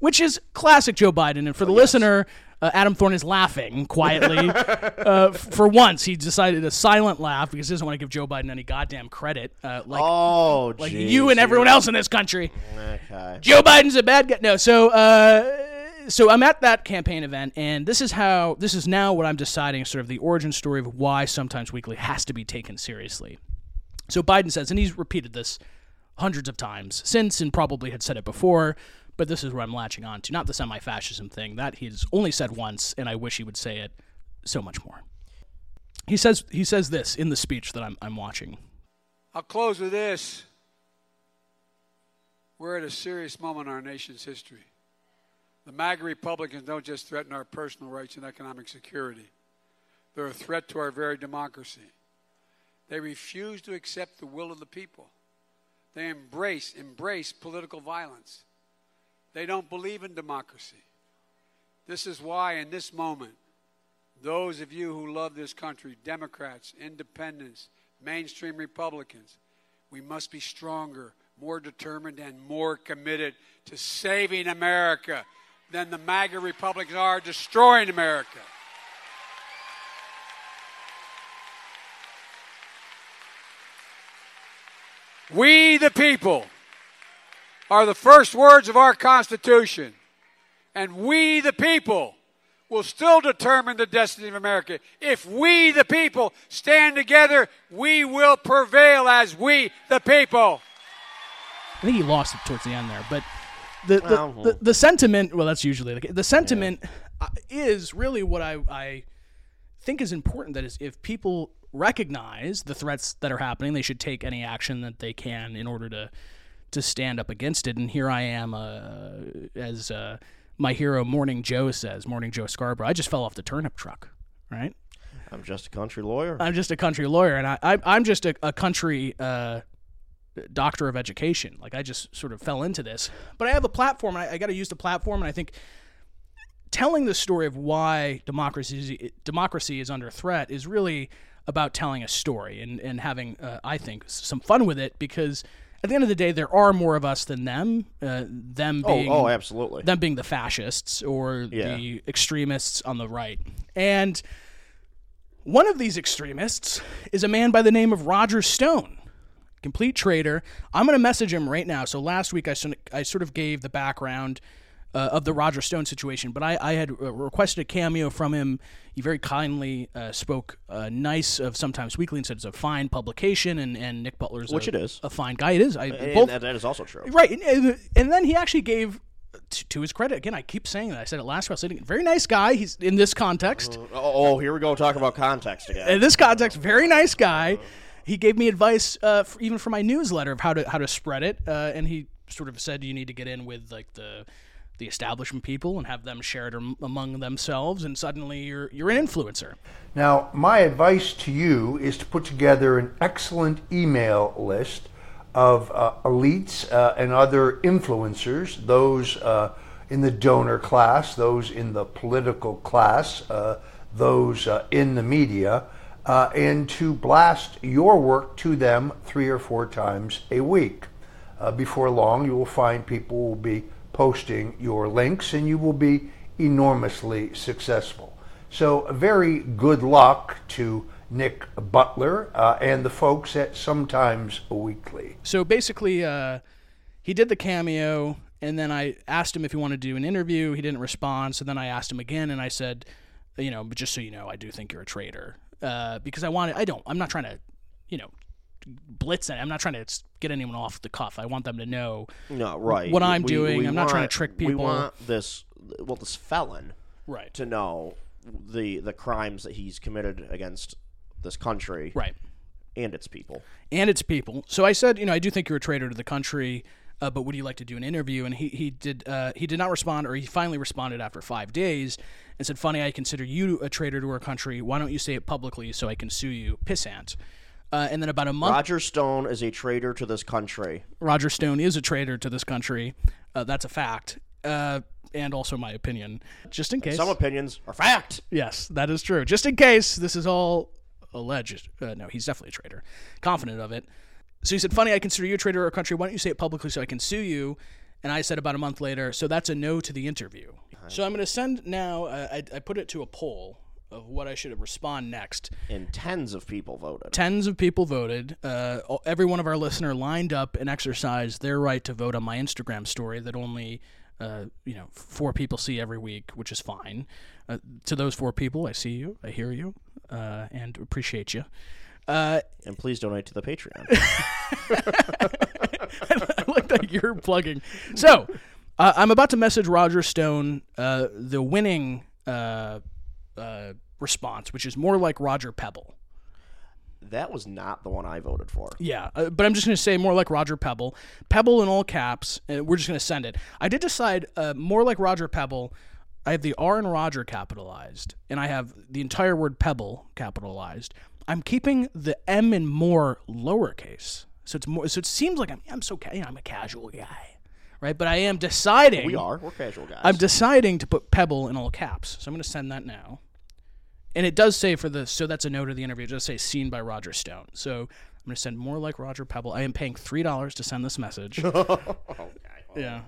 S1: which is classic Joe Biden. And for
S2: Oh,
S1: the listener, uh, Adam Thorne is laughing quietly. uh, f- for once, he decided a silent laugh because he doesn't want to give Joe Biden any goddamn credit, uh, like
S2: Oh,
S1: like
S2: geez,
S1: you and everyone else in this country.
S2: Okay.
S1: Joe Biden's a bad guy. No, so uh, so I'm at that campaign event, and this is how this is now what I'm deciding sort of the origin story of why sometimes weekly has to be taken seriously. So Biden says, and he's repeated this hundreds of times since, and probably had said it before, but this is what I'm latching on to, not the semi-fascism thing that he's only said once, and I wish he would say it so much more. He says he says this in the speech that I'm I'm watching.
S3: I'll close with this. We're at a serious moment in our nation's history. The MAGA Republicans don't just threaten our personal rights and economic security, they're a threat to our very democracy. They refuse to accept the will of the people. They embrace, embrace political violence. They don't believe in democracy. This is why, in this moment, those of you who love this country, Democrats, independents, mainstream Republicans, we must be stronger, more determined, and more committed to saving America than the MAGA Republicans are destroying America. We, the people, are the first words of our Constitution and we the people will still determine the destiny of America. If we the people stand together, we will prevail as we the people.
S1: I think he lost it towards the end there, but the the,
S2: Well,
S1: the, the sentiment. Well, that's usually the, the sentiment uh is really what I I think is important. That is, if people recognize the threats that are happening, they should take any action that they can in order to to stand up against it. And here I am, uh, as uh, my hero Morning Joe says, Morning Joe Scarborough. I just fell off the turnip truck, right?
S2: I'm just a country lawyer.
S1: I'm just a country lawyer, and I, I I'm just a, a country uh, doctor of education. Like I just sort of fell into this, but I have a platform, and I, I got to use the platform. And I think telling the story of why democracy is, democracy is under threat is really about telling a story and and having uh, I think s- some fun with it because at the end of the day, there are more of us than them. Uh, them
S2: oh,
S1: being
S2: oh, absolutely.
S1: them being the fascists or
S2: Yeah.
S1: the extremists on the right. And one of these extremists is a man by the name of Roger Stone, complete traitor. I'm going to message him right now. So last week I, sort- I sort of gave the background uh, of the Roger Stone situation, but I, I had uh, requested a cameo from him. He very kindly uh, spoke uh, nice of Sometimes Weekly and said it's a fine publication, and, and Nick Butler's
S2: Which
S1: a,
S2: it is.
S1: a fine guy. It is. I,
S2: and
S1: both
S2: that, that is also true.
S1: Right, and- and, and then he actually gave to, to his credit again. I keep saying that. I said it last week. I said it again. very nice guy. He's in this context.
S2: Oh, oh, here we go. Talking about context again.
S1: In this context, very nice guy. He gave me advice, uh, for, even for my newsletter, of how to how to spread it. Uh, and he sort of said you need to get in with like the the establishment people and have them shared am- among themselves, and suddenly you're you're an influencer.
S4: Now, my advice to you is to put together an excellent email list of uh, elites uh, and other influencers, those uh, in the donor class, those in the political class, uh, those uh, in the media, uh, and to blast your work to them three or four times a week. Uh, before long, you will find people will be posting your links and you will be enormously successful. So, very good luck to Nick Butler uh, and the folks at Sometimes Weekly.
S1: So basically, uh, he did the cameo, and then I asked him if he wanted to do an interview. He didn't respond. So then I asked him again, and I said, you know, but just so you know, I do think you're a traitor uh, because I wanted. I don't. I'm not trying to, you know, blitz it. I'm not trying to s- get anyone off the cuff. I want them to know.
S2: No, right.
S1: What I'm doing, I'm not trying to trick
S2: We
S1: people.
S2: want this, well, this felon
S1: Right.
S2: to know the the crimes that he's committed against this country
S1: Right.
S2: and its people.
S1: and its people. So I said, you know, I do think you're a traitor to the country, uh, but would you like to do an interview? And he he did uh, he did not respond, or he finally responded after five days and said, "Funny, I consider you a traitor to our country. Why don't you say it publicly so I can sue you, pissant?" Uh, and then about a month,
S2: Roger Stone is a traitor to this country.
S1: Roger Stone is a traitor to this country. Uh, that's a fact, uh, and also my opinion. Just in case,
S2: Some opinions are fact.
S1: Yes, that is true. Just in case this is all alleged. Uh, no, he's definitely a traitor. Confident of it. So he said, Funny, I consider you a traitor to our country. Why don't you say it publicly so I can sue you? And I said about a month later, So that's a no to the interview. So I'm going to send now, uh, I, I put it to a poll of what I should respond next.
S2: And tens of people voted.
S1: Tens of people voted. Uh, all- every one of our listener lined up and exercised their right to vote on my Instagram story that only uh, you know four people see every week, which is fine. Uh, to those four people, I see you, I hear you, uh, and appreciate you. Uh,
S2: And please donate to the Patreon.
S1: I like that you're plugging. So, uh, I'm about to message Roger Stone uh, the winning uh, uh, response, which is more like Roger Pebble.
S2: that was not the one I voted for.
S1: Yeah, uh, but I'm just going to say more like Roger Pebble. Pebble in all caps, and we're just going to send it. I did decide uh, more like Roger Pebble. I have the R in Roger capitalized, and I have the entire word Pebble capitalized. I'm keeping the M in more lowercase, so it's more. So it seems like I'm I'm so ca- you know, I'm a casual guy, right? But I am deciding.
S2: We are. We're casual guys.
S1: I'm deciding to put Pebble in all caps, so I'm going to send that now. And it does say for the so that's a note of the interview. It does say seen by Roger Stone. So I'm going to send more like Roger Pebble. I am paying three dollars to send this message. yeah,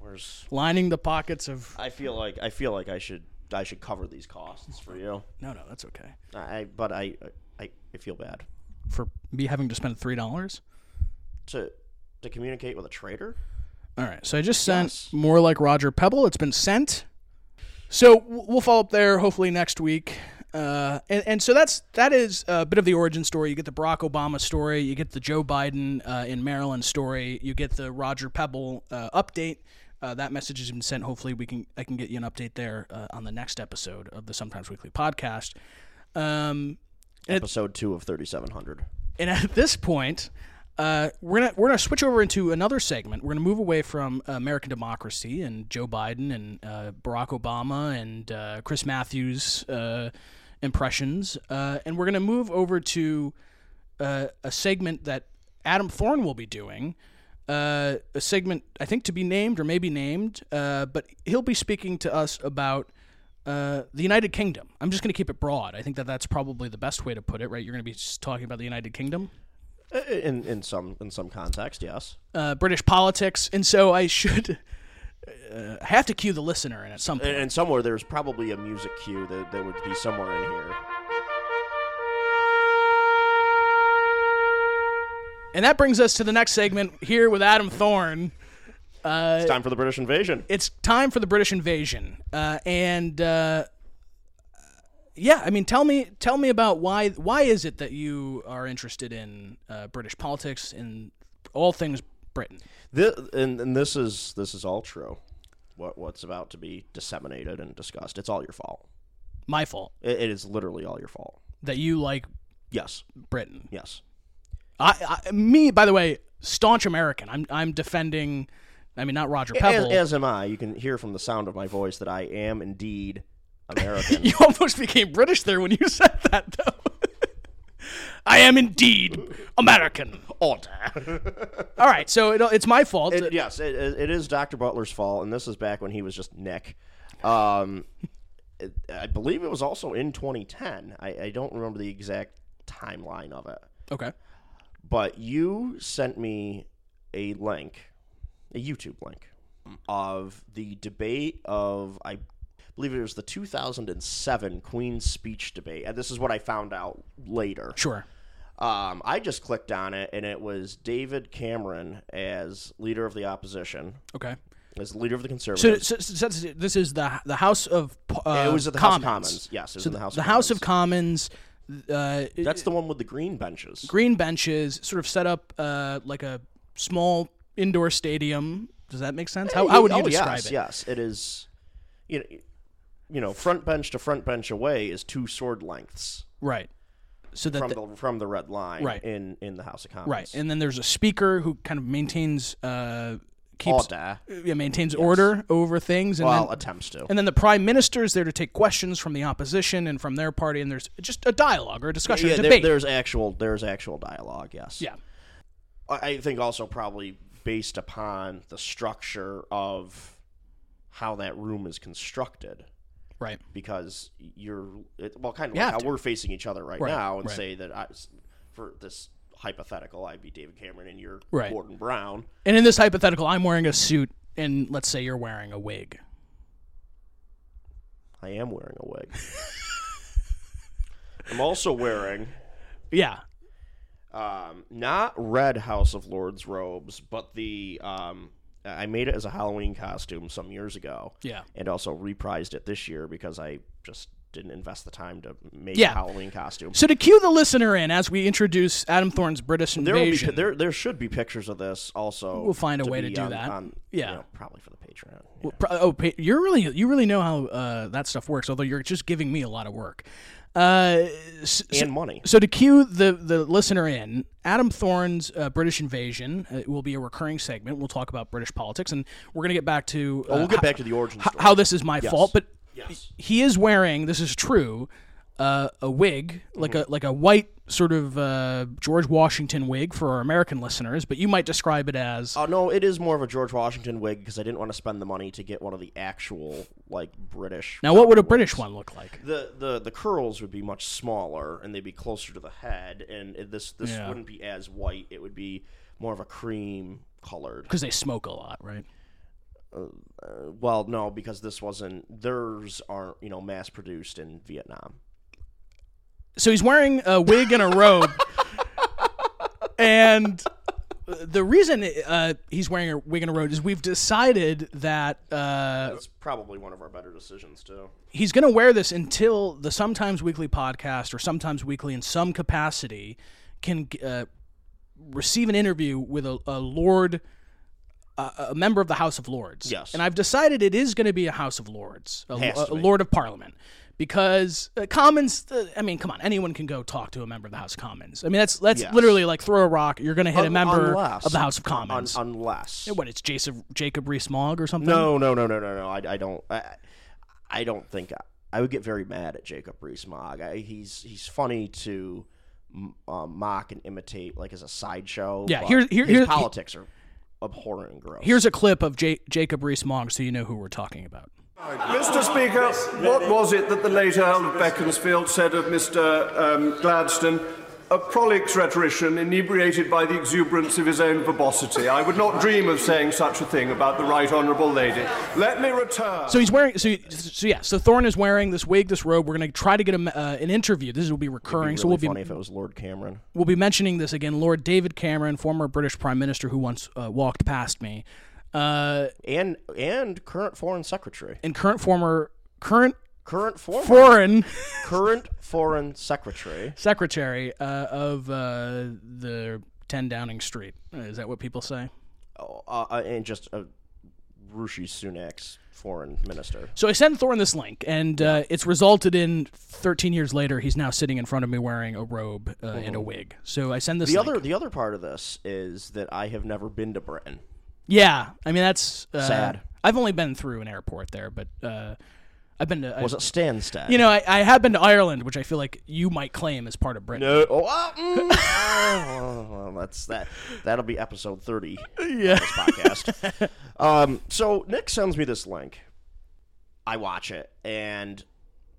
S2: Where's-
S1: lining the pockets of
S2: I feel like I feel like I should I should cover these costs for you.
S1: no, no, that's okay
S2: I but I I, I feel bad
S1: for me having to spend three dollars.
S2: to to communicate with a traitor.
S1: All right, so I just sent
S2: Yes.
S1: more like Roger Pebble. It's been sent. So w- we'll follow up there hopefully next week. Uh, and, and so that's that is a bit of the origin story. You get the Barack Obama story, you get the Joe Biden uh, in Maryland story, you get the Roger Pebble uh, update. Uh, that message has been sent. Hopefully, we can I can get you an update there uh, on the next episode of the Sometimes Weekly podcast. Um,
S2: Episode two of thirty seven hundred.
S1: and at this point, uh, we're gonna we're gonna switch over into another segment. We're gonna move away from uh, American democracy and Joe Biden and uh, Barack Obama and uh, Chris Matthews uh, impressions, uh, and we're gonna move over to uh, a segment that Adam Thorne will be doing. Uh, a segment I think to be named or maybe named, uh, but he'll be speaking to us about uh, the United Kingdom. I'm just going to keep it broad. I think that that's probably the best way to put it, right? You're going to be just talking about the United Kingdom,
S2: In in some in some context, yes.
S1: uh, British politics, and so I should uh, I have to cue the listener in at some
S2: And,
S1: point.
S2: and somewhere there's probably a music cue that, that would be somewhere in here.
S1: And that brings us to the next segment here with Adam Thorne.
S2: It's time for the British invasion.
S1: It's time for the British invasion, uh, and uh, yeah, I mean, tell me, tell me about why why is it that you are interested in uh, British politics and all things Britain?
S2: This, and, and this is this is all true. What what's about to be disseminated and discussed? It's all your fault.
S1: My fault
S2: It, it is literally all your fault.
S1: that you like
S2: Yes,
S1: Britain.
S2: yes.
S1: I, I me by the way, staunch American. I'm I'm defending I mean, not Roger
S2: As,
S1: Pebble.
S2: as am I. You can hear from the sound of my voice that I am indeed American.
S1: you almost became British there when you said that, though. I am indeed American.
S2: Order.
S1: All right, so it, it's my fault.
S2: It- yes, it, it is Dr. Butler's fault, and this is back when he was just Nick. Um, it- I believe it was also in 2010. I, I don't remember the exact timeline of it.
S1: okay.
S2: but you sent me a link, a YouTube link, of the debate of I believe it was the 2007 Queen's speech debate, and this is what I found out later.
S1: Sure.
S2: Um, I just clicked on it, and it was David Cameron as leader of the opposition,
S1: Okay.
S2: as leader of the
S1: So,
S2: conservatives.
S1: so, so this is the the House of uh,
S2: it was at the
S1: Commons.
S2: House of Commons. Yes, it was
S1: So
S2: in the House.
S1: the
S2: of
S1: House
S2: Commons.
S1: of Commons. Uh,
S2: That's the one with the green benches.
S1: green benches, sort of set up uh, like a small indoor stadium. Does that make sense? How, how would you
S2: Oh,
S1: describe
S2: yes,
S1: it?
S2: Yes, it is. You know, you know, front bench to front bench away is two sword lengths
S1: Right. So that
S2: from
S1: the-
S2: the, from the red line
S1: Right.
S2: in in the House of Commons.
S1: right, and then there's a speaker who kind of maintains uh, keeps
S2: Order.
S1: yeah, maintains order over things, and
S2: Well,
S1: then,
S2: attempts to.
S1: and then the prime minister is there to take questions from the opposition and from their party, and there's just a dialogue or a discussion,
S2: yeah,
S1: a
S2: there-
S1: debate.
S2: there's actual there's actual dialogue. Yes.
S1: yeah.
S2: I- I think also probably based upon the structure of how that room is constructed.
S1: Right.
S2: because you're it, well, kind of
S1: You
S2: like
S1: have
S2: how
S1: to.
S2: we're facing each other right,
S1: Right,
S2: now, and
S1: right.
S2: say that I, for this hypothetical, I'd be David Cameron and you're
S1: Right.
S2: Gordon Brown.
S1: And in this hypothetical, I'm wearing a suit, and let's say you're wearing a wig.
S2: I am wearing a wig. I'm also wearing
S1: Yeah.
S2: um, not red House of Lords robes, but the um, I made it as a Halloween costume some years ago,
S1: Yeah.
S2: and also reprised it this year because I just didn't invest the time to make
S1: Yeah.
S2: a Halloween costume.
S1: So to cue the listener in as we introduce Adam Thorne's British
S2: There will be pi-
S1: invasion.
S2: there there should be pictures of this also.
S1: We'll find a way to
S2: be
S1: do
S2: on-
S1: that.
S2: on,
S1: Yeah.
S2: you know, probably for the Patreon.
S1: Well, pro- oh, pa- you're really you really know how uh, that stuff works. Although you're just giving me a lot of work. Uh, s-
S2: Yeah. And money.
S1: So to cue the the listener in, Adam Thorne's uh, British Invasion uh, will be a recurring segment. We'll talk about British politics, and we're going to get back to uh,
S2: Oh, we'll get
S1: ho-
S2: back to the origin
S1: ho-
S2: story.
S1: how this is my fault. But
S2: Yes.
S1: he is wearing this is true uh, a wig like
S2: Mm-hmm.
S1: a like a white sort of uh, George Washington wig for our American listeners, but you might describe it as
S2: Oh no, it is more of a George Washington wig because I didn't want to spend the money to get one of the actual like British.
S1: now. What would a British one look like?
S2: The, the the curls would be much smaller and they'd be closer to the head and it- this this
S1: Yeah.
S2: wouldn't be as white. It would be more of a cream colored.
S1: Because they smoke a lot, right?
S2: Well, no, because this wasn't theirs aren't you know mass produced in Vietnam.
S1: So he's wearing a wig and a robe, and the reason uh, he's wearing a wig and a robe is we've decided that uh,
S2: That's probably one of our better decisions too.
S1: he's going to wear this until the sometimes weekly podcast or sometimes weekly in some capacity can uh, receive an interview with a, a lord a, a member of the house of lords
S2: Yes.
S1: and i've decided it is going to be a house of lords a,
S2: Has to
S1: a
S2: be.
S1: lord of parliament because uh, commons uh, i mean come on anyone can go talk to a member of the house of commons i mean that's that's
S2: Yes.
S1: literally like throw a rock you're going to hit a
S2: Un-
S1: member
S2: unless-
S1: of the house of
S2: un-
S1: commons
S2: unless
S1: what it's jacob jacob rees-mogg or something
S2: No, no, no, no, no, no. I, I don't. I, I don't think I, I would get very mad at Jacob Rees-Mogg. I, he's he's funny to m- uh, mock and imitate, like as a sideshow.
S1: Yeah,
S2: but
S1: here- here-
S2: his
S1: here-
S2: politics are abhorrent and gross.
S1: here's a clip of J- jacob rees-mogg so you know who we're talking about
S5: Mr. Speaker, what was it that the late Earl of Beaconsfield said of Mr. Um, Gladstone? A prolix rhetorician inebriated by the exuberance of his own verbosity. I would not dream of saying such a thing about the Right Honourable Lady. Let me return.
S1: So he's wearing. So, so yeah. So Thorne is wearing this wig, this robe. We're gonna try to get him uh, an interview. This will be recurring.
S2: It'd be
S1: so we'll
S2: really funny
S1: be
S2: if it was Lord Cameron.
S1: we'll be mentioning this again. Lord David Cameron, former British Prime Minister, who once uh, walked past me, uh,
S2: and and current foreign secretary,
S1: and current former current
S2: current foreign
S1: foreign
S2: current foreign secretary.
S1: secretary uh, of uh, the Ten Downing Street. Is that what people say?
S2: Oh, Uh, uh, and just a Rishi Sunak's foreign minister.
S1: So I sent Thorne this link, and uh, it's resulted in 13 years later, he's now sitting in front of me wearing a robe uh, and a wig. So I send this.
S2: The
S1: link.
S2: other the other part of this is that I have never been to Britain.
S1: Yeah, I mean that's uh,
S2: Sad.
S1: I've only been through an airport there, but uh, I've been to. I-
S2: Was it Stanstead?
S1: you know, I, I have been to Ireland, which I feel like you might claim as part of Britain.
S2: No. Oh, ah, mm, ah, well, well, that's that. That'll be episode thirty. Yeah. This podcast. um. So Nick sends me this link. I watch it, and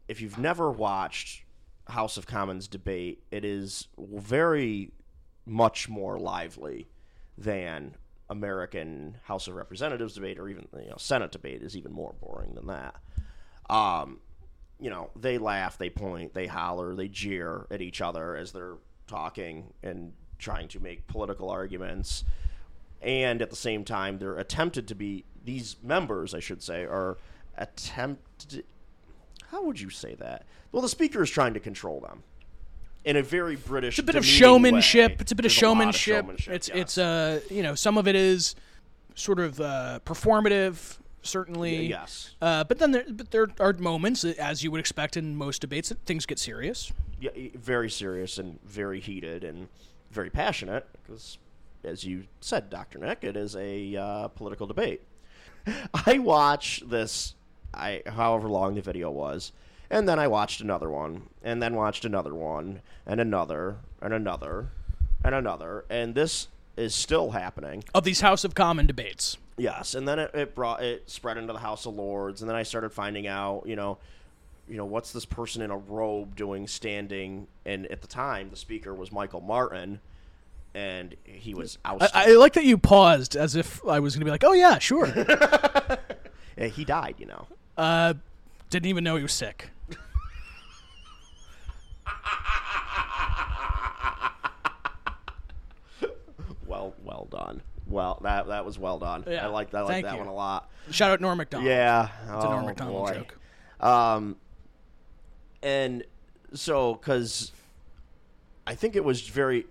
S2: if you've never watched House of Commons debate, it is very much more lively than American House of Representatives debate, or even you know Senate debate is even more boring than that. Um, you know, they laugh, they point, they holler, they jeer at each other as they're talking and trying to make political arguments. And at the same time, they're attempted to be, these members, I should say, are attempted. How would you say that? Well, the speaker is trying to control them in a very British.
S1: It's a bit of
S2: demeaning
S1: showmanship.
S2: way.
S1: It's a bit of
S2: There's lot
S1: showmanship. It's
S2: yes.
S1: it's uh you know some of it is sort of uh, performative, certainly.
S2: Y- yes.
S1: Uh, but then there but there are moments, uh, as you would expect in most debates, that things get serious.
S2: yeah, i- very serious and very heated and very passionate because, as you said, Doctor Nick, it is a uh, political debate. I watch this, I however long the video was, and then I watched another one, and then watched another one, and another, and another, and another, and this is still happening.
S1: Of these House of Common debates,
S2: Yes, and then it, it brought it spread into the House of Lords, and then I started finding out, you know, you know what's this person in a robe doing standing? And at the time, the speaker was Michael Martin, and he was
S1: I,
S2: ousted.
S1: I like that you paused as if I was going to be like, "Oh yeah, sure."
S2: Uh, he died, you know.
S1: uh, didn't even know he was sick.
S2: Well, well done. Well, that that was well done.
S1: Yeah,
S2: I like I like
S1: thank
S2: that
S1: you.
S2: one a lot.
S1: Shout out Norm Macdonald.
S2: Yeah,
S1: it's a Norm
S2: oh,
S1: Macdonald
S2: boy.
S1: joke.
S2: Um, and so, because I think it was very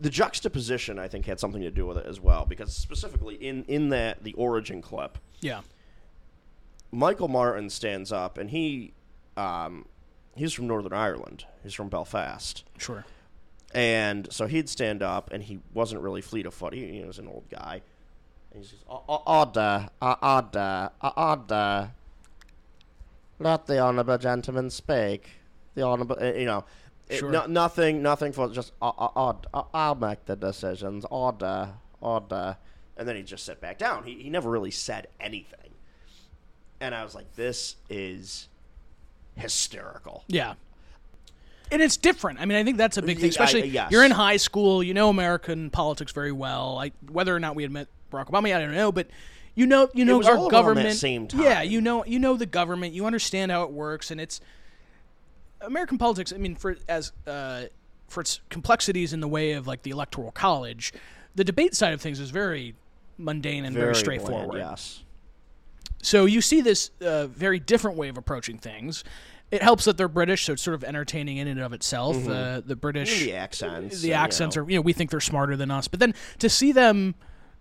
S2: the juxtaposition. I think had something to do with it as well, because specifically in in that the origin clip,
S1: Yeah,
S2: Michael Martin stands up and he, um, he's from Northern Ireland. He's from Belfast.
S1: sure.
S2: And so he'd stand up, and he wasn't really fleet of foot. He, he was an old guy. And he's just, "Oh, order, uh, order, uh, order. Let the honourable gentleman speak. The honourable, uh, you know, it-
S1: Sure.
S2: no- nothing, nothing for just, uh, uh, ord- uh, I'll make the decisions. Oh, Order, order. And then he'd just sit back down. He, he never really said anything. And I was like, this is hysterical.
S1: Yeah. And it's different. I mean, I think that's a big
S2: Y- I-
S1: thing. Especially
S2: yes.
S1: you're in high school, you know American politics very well. I, whether or not we had met Barack Obama, I don't know, but you know, you know
S2: was all
S1: our
S2: around that
S1: government.
S2: same
S1: Yeah,
S2: time.
S1: you know, you know the government. You understand how it works, and it's American politics. I mean, for as uh, for its complexities in the way of like the electoral college, the debate side of things is very mundane and very,
S2: bland,
S1: straightforward.
S2: yes.
S1: So you see this uh, very different way of approaching things. It helps that they're British, so it's sort of entertaining in and of itself.
S2: Mm-hmm.
S1: Uh, the British,
S2: The accents.
S1: the accents are you know we think they're smarter than us, but then to see them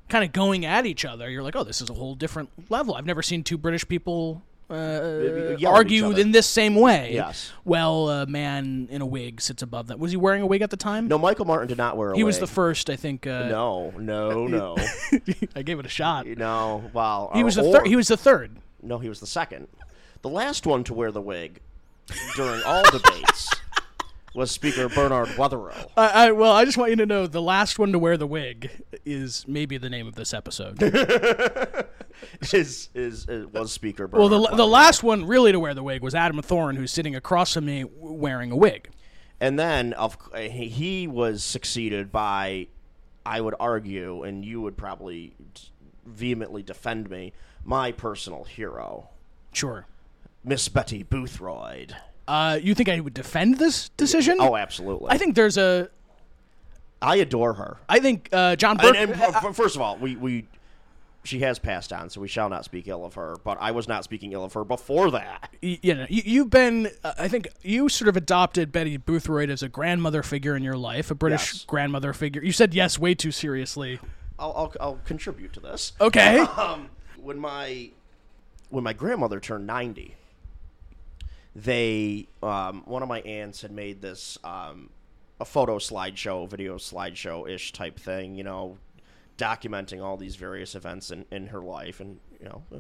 S1: kind of going at each other, you're like, oh, this is a whole different level. I've never seen two British people. Uh,
S2: yell at each
S1: argue
S2: other.
S1: in this same way.
S2: Yes.
S1: Well, a man in a wig sits above them. Was he wearing a wig at the time?
S2: No, Michael Martin did not wear a
S1: He was the
S2: wig.
S1: first, I think. Uh,
S2: No, no, no,
S1: I gave it a shot.
S2: no. Wow.
S1: He was the third. He was the third.
S2: no, he was the second. The last one to wear the wig during all debates was Speaker Bernard Wetherill.
S1: I, I well, I just want you to know the last one to wear the wig is maybe the name of this episode.
S2: Is is is- uh, was Speaker Bernard?
S1: well, the the
S2: Wetherill.
S1: last one really to wear the wig was Adam Thorne, who's sitting across from me w- wearing a wig.
S2: and then of c- uh, he he was succeeded by, I would argue, and you would probably vehemently defend me, my personal hero,
S1: Sure.
S2: Miss Betty Boothroyd.
S1: Uh, you think I would defend this decision?
S2: Oh, absolutely.
S1: I think there's a.
S2: I adore her.
S1: I think uh, John Burke.
S2: And, and, uh, f- first of all, we, we she has passed on, so we shall not speak ill of her. But I was not speaking ill of her before that.
S1: y- you know, you, you've been. Uh, I think you sort of adopted Betty Boothroyd as a grandmother figure in your life, a British
S2: Yes.
S1: grandmother figure. You said yes way too seriously.
S2: I'll, I'll, I'll contribute to this.
S1: Okay.
S2: Um, when my when my grandmother turned ninety, they um, one of my aunts had made this um, a photo slideshow, video slideshow ish type thing. You know, documenting all these various events in, in her life, and you know, uh,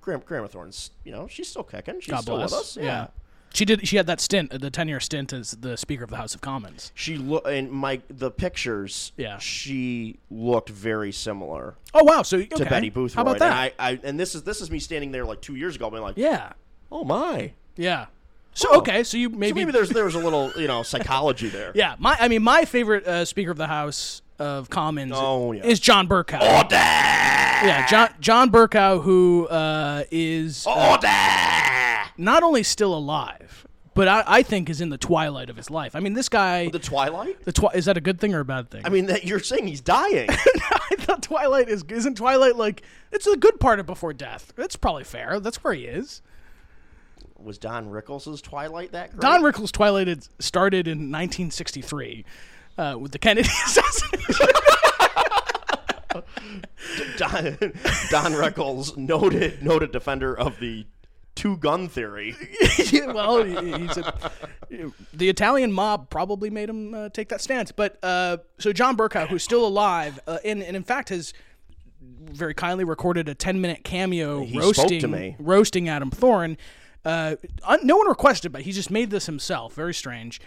S2: Graham, Graham Thorne's, you know, she's still kicking. She's
S1: God
S2: still
S1: bless.
S2: with us.
S1: Yeah.
S2: yeah.
S1: She did. She had that stint, the ten-year stint as the Speaker of the House of Commons.
S2: She look and Mike the pictures.
S1: Yeah.
S2: she looked very similar
S1: Oh wow! So
S2: to Betty Boothroyd.
S1: How about that?
S2: And, I, I, and this is this is me standing there like two years ago, being like,
S1: yeah,
S2: oh my.
S1: yeah. So
S2: Oh.
S1: okay, so you maybe,
S2: So maybe there's there was a little you know psychology there.
S1: yeah. My I mean, my favorite uh, Speaker of the House of Commons
S2: Oh, yeah.
S1: is John Burkow.
S2: Order!
S1: Yeah, John John Burkow, who uh, is
S2: Order!
S1: not only still alive, but I, I think is in the twilight of his life. I mean, this guy.
S2: The Twilight.
S1: the twi- is that a good thing or a bad thing?
S2: I mean, that you're saying he's dying.
S1: I thought Twilight is isn't Twilight like it's the good part of before death. That's probably fair. That's where he is.
S2: was Don Rickles' Twilight that great?
S1: Don Rickles' Twilight had started in 1963 uh, with the Kennedy assassination.
S2: Don, Don Rickles, noted noted defender of the two gun theory.
S1: well, he- he's a, the Italian mob probably made him uh, take that stance. But uh, so John Burkow, who's still alive, uh, and, and in fact has very kindly recorded a 10 minute cameo
S2: spoke to
S1: roasting
S2: me.
S1: roasting Adam Thorne. Uh, un- no one requested, but he just made this himself. Very strange.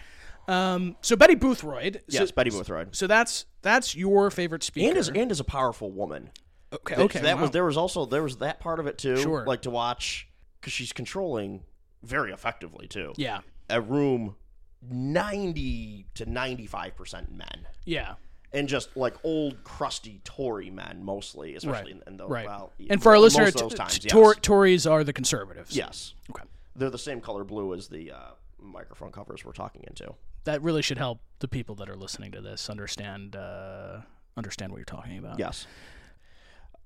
S1: Um, so Betty Boothroyd. so-
S2: Yes, Betty Boothroyd.
S1: So that's that's your favorite speaker.
S2: And is and is a powerful woman.
S1: okay,
S2: Th-
S1: okay.
S2: that was
S1: wow.
S2: there was also there was that part of it too.
S1: Sure.
S2: Like to watch because she's controlling very effectively too.
S1: Yeah,
S2: A room ninety to ninety five percent men.
S1: yeah,
S2: And just like old crusty Tory men mostly, especially
S1: right,
S2: in, in the
S1: right.
S2: well,
S1: and for our
S2: most
S1: listener,
S2: of those
S1: t-
S2: times,
S1: t-
S2: yes.
S1: Tor- Tories are the conservatives.
S2: yes,
S1: Okay.
S2: they're the same color blue as the uh, microphone covers we're talking into.
S1: That really should help the people that are listening to this understand uh, understand what you're talking about.
S2: Yes.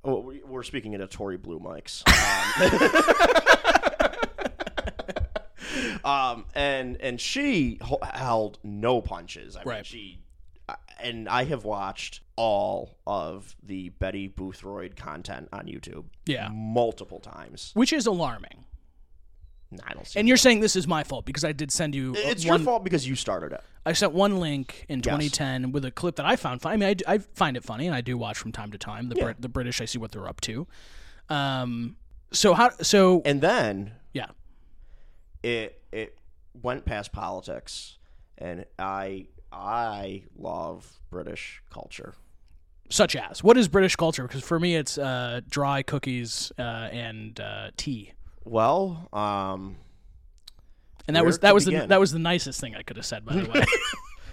S2: Oh, we- we're speaking into Tory blue mics. Um, um, and and she ho- held no punches. I mean,
S1: Right.
S2: she I- and I have watched all of the Betty Boothroyd content on YouTube.
S1: Yeah.
S2: multiple times.
S1: which is alarming.
S2: Nah, I don't see.
S1: And you're saying this is my fault because I did send you. uh,
S2: it's
S1: one,
S2: your fault because you started it.
S1: I sent one link in 2010 with a clip that I found funny. I mean, I d- I, find it funny, and I do watch from time to time the Brit- the British. I see what they're up to. Um. So how? So
S2: And then
S1: yeah.
S2: it it went past politics, and I I love British culture.
S1: Such as what is British culture? Because for me, it's uh, dry cookies uh, and uh, tea.
S2: Well, um,
S1: And that was
S2: Where to
S1: that was the
S2: begin?
S1: that was the nicest thing I could have said. By the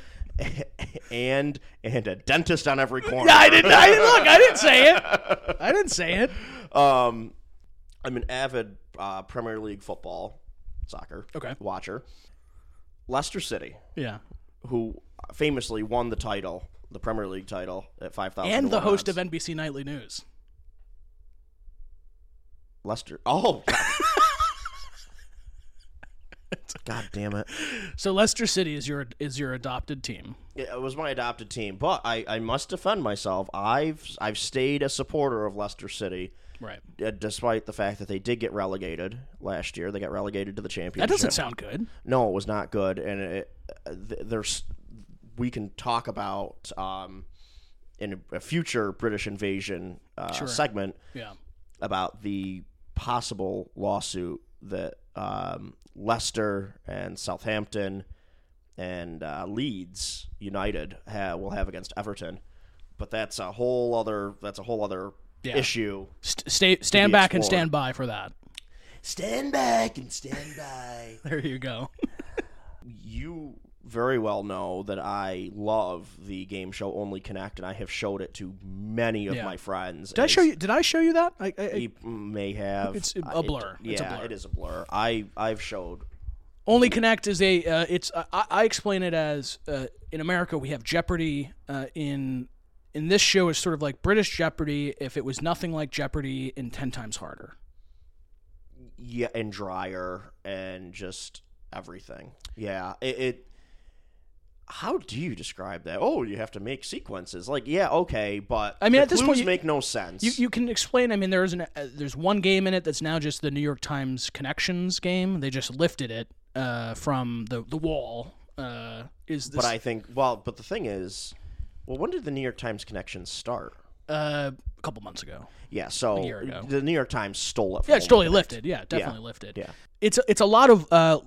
S1: way,
S2: and and a dentist on every corner.
S1: I didn't. I didn't look. I didn't say it. I didn't say it.
S2: Um, I'm an avid uh, Premier League football, soccer
S1: Okay.
S2: watcher. Leicester City,
S1: Yeah.
S2: who famously won the title, the Premier League title at five thousand,
S1: And the host of NBC Nightly News.
S2: Leicester. Oh. God. God damn it!
S1: So Leicester City is your is your adopted team.
S2: It was my adopted team, but I, I must defend myself. I've I've stayed a supporter of Leicester City
S1: Right.
S2: uh, despite the fact that they did get relegated last year. They got relegated to the championship.
S1: That doesn't sound good.
S2: No, it was not good, and it, uh, th- there's we can talk about um, in a, a future British invasion uh, segment
S1: Yeah.
S2: about the possible lawsuit that um, Leicester and Southampton and uh, Leeds United ha- will have against Everton. But that's a whole other that's a whole other
S1: Yeah.
S2: issue.
S1: St- stay stand
S2: be
S1: back and
S2: explored.
S1: stand by for that.
S2: Stand back and stand by.
S1: There you go.
S2: you very well know that I love the game show Only Connect, and I have showed it to many of
S1: Yeah.
S2: my friends.
S1: Did I show you? Did I show you that? I, I, I-
S2: You may have.
S1: It's a
S2: I- it-
S1: blur.
S2: yeah,
S1: It's a blur.
S2: it is a blur. I I've showed.
S1: Only Connect is a. Uh, it's. I, I I explain it as uh, in America we have Jeopardy. Uh, in in this show is sort of like British Jeopardy if it was nothing like Jeopardy and ten times harder.
S2: yeah, and dryer and just everything. Yeah, it, it. How do you describe that? Oh, you have to make sequences. Like, yeah, okay, but
S1: I mean,
S2: the
S1: at this point,
S2: clues
S1: you-
S2: make no sense.
S1: You, you can explain. I mean, there's an uh, there's one game in it that's now just the New York Times connections game. They just lifted it uh, from the the wall. Uh, is this?
S2: but I think well, but the thing is, well, when did the New York Times connection start?
S1: uh, a couple months ago.
S2: Yeah, so
S1: year ago.
S2: the New York Times stole it. From
S1: Yeah, it's
S2: them.
S1: totally lifted. Yeah, definitely lifted.
S2: yeah.
S1: It's a, it's a lot of uh,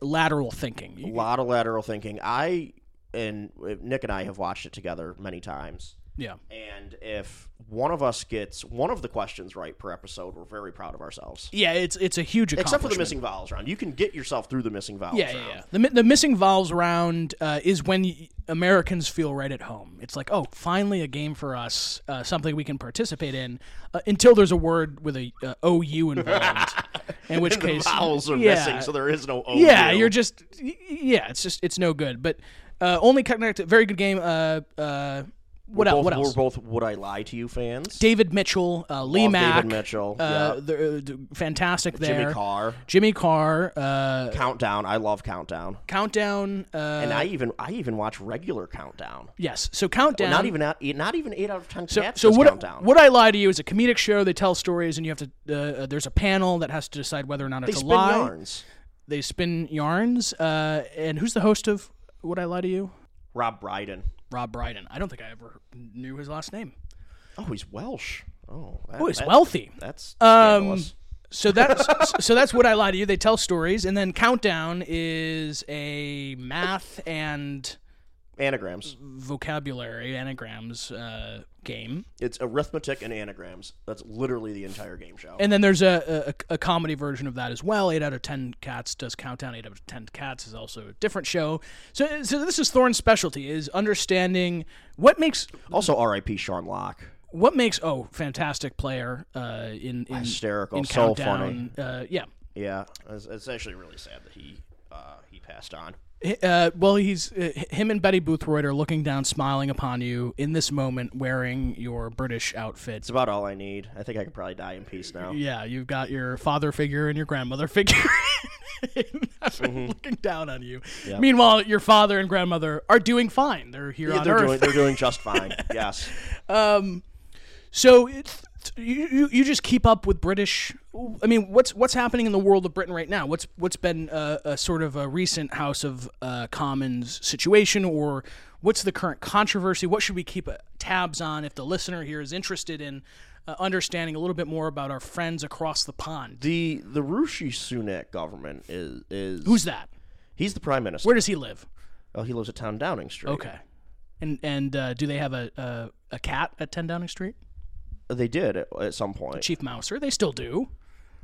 S1: lateral thinking.
S2: A
S1: You-
S2: lot of lateral thinking. I and uh, Nick and I have watched it together many times.
S1: Yeah.
S2: And if one of us gets one of the questions right per episode, we're very proud of ourselves.
S1: Yeah, it's it's a huge E
S2: Except for the
S1: accomplishment.
S2: missing vowels round. You can get yourself through the missing vowels
S1: Yeah, yeah,
S2: round.
S1: yeah. The, mi- the missing vowels round uh, is when y- Americans feel right at home. It's like, oh, finally a game for us, uh, something we can participate in. Uh, until there's a word with a uh, OU involved, in which
S2: The
S1: case
S2: vowels are
S1: yeah,
S2: missing, so there is no O.
S1: yeah,
S2: U.
S1: you're just y- y- yeah, it's just it's no good. But uh, only connected, very good game. Uh, uh, what
S2: we're
S1: else?
S2: both,
S1: what else?
S2: We're both Would I Lie to You fans.
S1: David Mitchell, uh, Lee
S2: Love David
S1: Mack,
S2: Mitchell,
S1: uh,
S2: yeah.
S1: the, the- fantastic there.
S2: Jimmy Carr.
S1: Jimmy Carr, uh,
S2: Countdown. I love Countdown.
S1: Countdown. Uh,
S2: And I even I even watch regular Countdown.
S1: yes, so Countdown.
S2: Not even out, e, not even eight out of ten.
S1: So,
S2: cats
S1: so
S2: is
S1: would,
S2: countdown.
S1: would I lie to you? Is a comedic show. They tell stories, and you have to. Uh, uh, there's a panel that has to decide whether or not
S2: they
S1: it's a
S2: spin
S1: lie.
S2: yarns?
S1: They spin yarns. Uh, and who's the host of Would I Lie to You?
S2: Rob Brydon.
S1: Rob Brydon. I don't think I ever knew his last name.
S2: Oh, he's Welsh. Oh, that,
S1: Oh, he's
S2: that-
S1: wealthy.
S2: That's
S1: Um,
S2: scandalous.
S1: so that's so that's what I lie to you. They tell stories, and then countdown is a math and
S2: anagrams.
S1: vocabulary anagrams uh, game.
S2: It's arithmetic and anagrams. That's literally the entire game show.
S1: And then there's a, a a comedy version of that as well. Eight out of ten cats does countdown. Eight out of ten cats is also a different show. So so this is Thorne's specialty is understanding what makes
S2: also, R.I.P. Sean Locke.
S1: what makes oh fantastic player uh, in in
S2: Hysterical.
S1: in
S2: So
S1: countdown. Uh, yeah.
S2: Yeah, it's, it's actually really sad that he uh, he passed on.
S1: Uh, well, he's uh, him and Betty Boothroyd are looking down, smiling upon you in this moment, wearing your British outfit.
S2: It's about all I need. I think I could probably die in peace now.
S1: Yeah, you've got your father figure and your grandmother figure
S2: Mm-hmm.
S1: looking down on you. Meanwhile, your father and grandmother are doing fine. They're here
S2: Yeah,
S1: on
S2: they're
S1: Earth.
S2: doing they're doing just fine. Yes.
S1: So it's, you you- you just keep up with British. I mean, what's what's happening in the world of Britain right now? What's what's been a, a sort of a recent House of uh, Commons situation, or what's the current controversy? What should we keep uh, tabs on if the listener here is interested in uh, understanding a little bit more about our friends across the pond?
S2: The the Rishi Sunak government is is
S1: Who's that?
S2: he's the prime minister.
S1: Where does he live?
S2: Oh, he lives at Town Downing Street.
S1: Okay, and and uh, do they have a, a a cat at Ten Downing Street?
S2: They did at, at some point.
S1: Chief Mouser, they still do.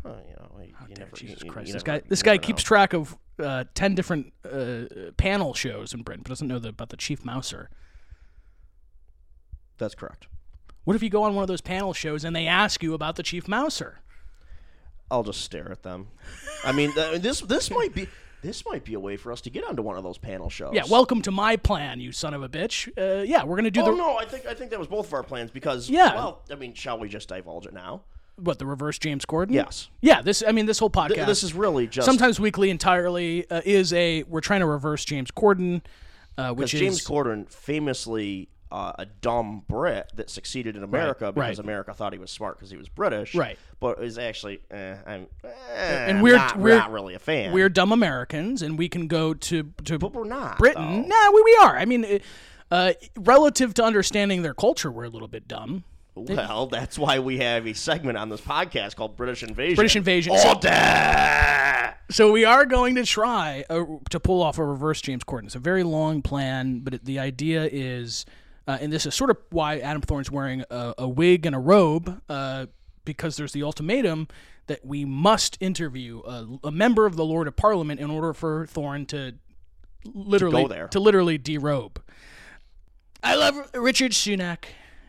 S2: Oh, you know, you, you never,
S1: Jesus
S2: you- you
S1: Christ!
S2: never-
S1: this guy,
S2: you
S1: this guy
S2: never
S1: keeps
S2: know.
S1: track of uh, ten different uh, uh, panel shows in Britain, but doesn't know the, about the Chief Mouser.
S2: That's correct.
S1: What if you go on one of those panel shows and they ask you about the Chief Mouser?
S2: I'll just stare at them. I mean, th- this this might be this might be a way for us to get onto one of those panel shows.
S1: Yeah, welcome to my plan, you son of a bitch. Uh, yeah, we're gonna do
S2: Oh
S1: the
S2: no, I think I think that was both of our plans because
S1: Yeah.
S2: Well, I mean, shall we just divulge it now?
S1: what the reverse James Corden.
S2: Yes.
S1: Yeah, this. I mean, this whole podcast.
S2: Th- This is really just
S1: sometimes weekly entirely uh, is a we're trying to reverse James Corden, uh, which is
S2: James Corden famously. Uh, a dumb Brit that succeeded in America because
S1: right.
S2: America thought he was smart because he was British,
S1: Right.
S2: But is actually, eh, I'm, eh,
S1: and we're-
S2: not,
S1: we're-
S2: not really a fan.
S1: we're dumb Americans, and we can go to to
S2: but we're not
S1: Britain.
S2: though.
S1: Nah, we, we are. I mean, uh, uh, relative to understanding their culture, we're a little bit dumb.
S2: Well, that's why we have a segment on this podcast called British Invasion.
S1: British invasion.
S2: All
S1: So,
S2: day!
S1: so we are going to try uh, to pull off a reverse James Corden. It's a very long plan, but it, the idea is, uh, and this is sort of why Adam Thorne's wearing a, a wig and a robe, uh, because there's the ultimatum that we must interview a, a member of the Lord of Parliament in order for Thorne to literally
S2: go there.
S1: to literally derobe. I love Richard Sunak.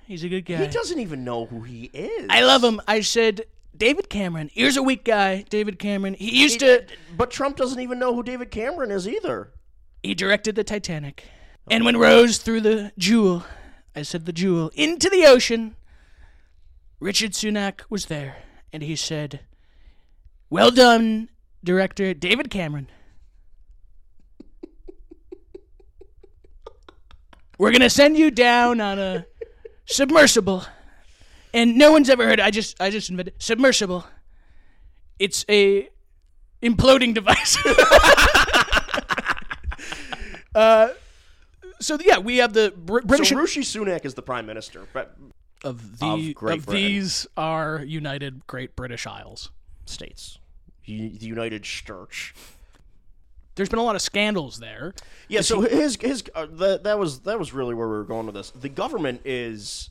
S1: He's a good guy.
S2: He doesn't even know who he is.
S1: I love him. I said, David Cameron. Here's a weak guy, David Cameron. He used to.
S2: But Trump doesn't even know who David Cameron is either.
S1: He directed the Titanic. And when Rose threw the jewel, I said the jewel, into the ocean, Richard Sunak was there. And he said, Well done, director David Cameron. We're going to send you down on a submersible. And no one's ever heard I just I just invented submersible. It's a imploding device. Uh, so yeah, we have the Br- British.
S2: So Rishi Sunak is the prime minister. But
S1: of
S2: Of
S1: the of,
S2: Great Britain.
S1: these are United Great British Isles.
S2: States, U- the United Church.
S1: There's been a lot of scandals there.
S2: Yeah, so his his uh, that that was that was really where we were going with this. The government is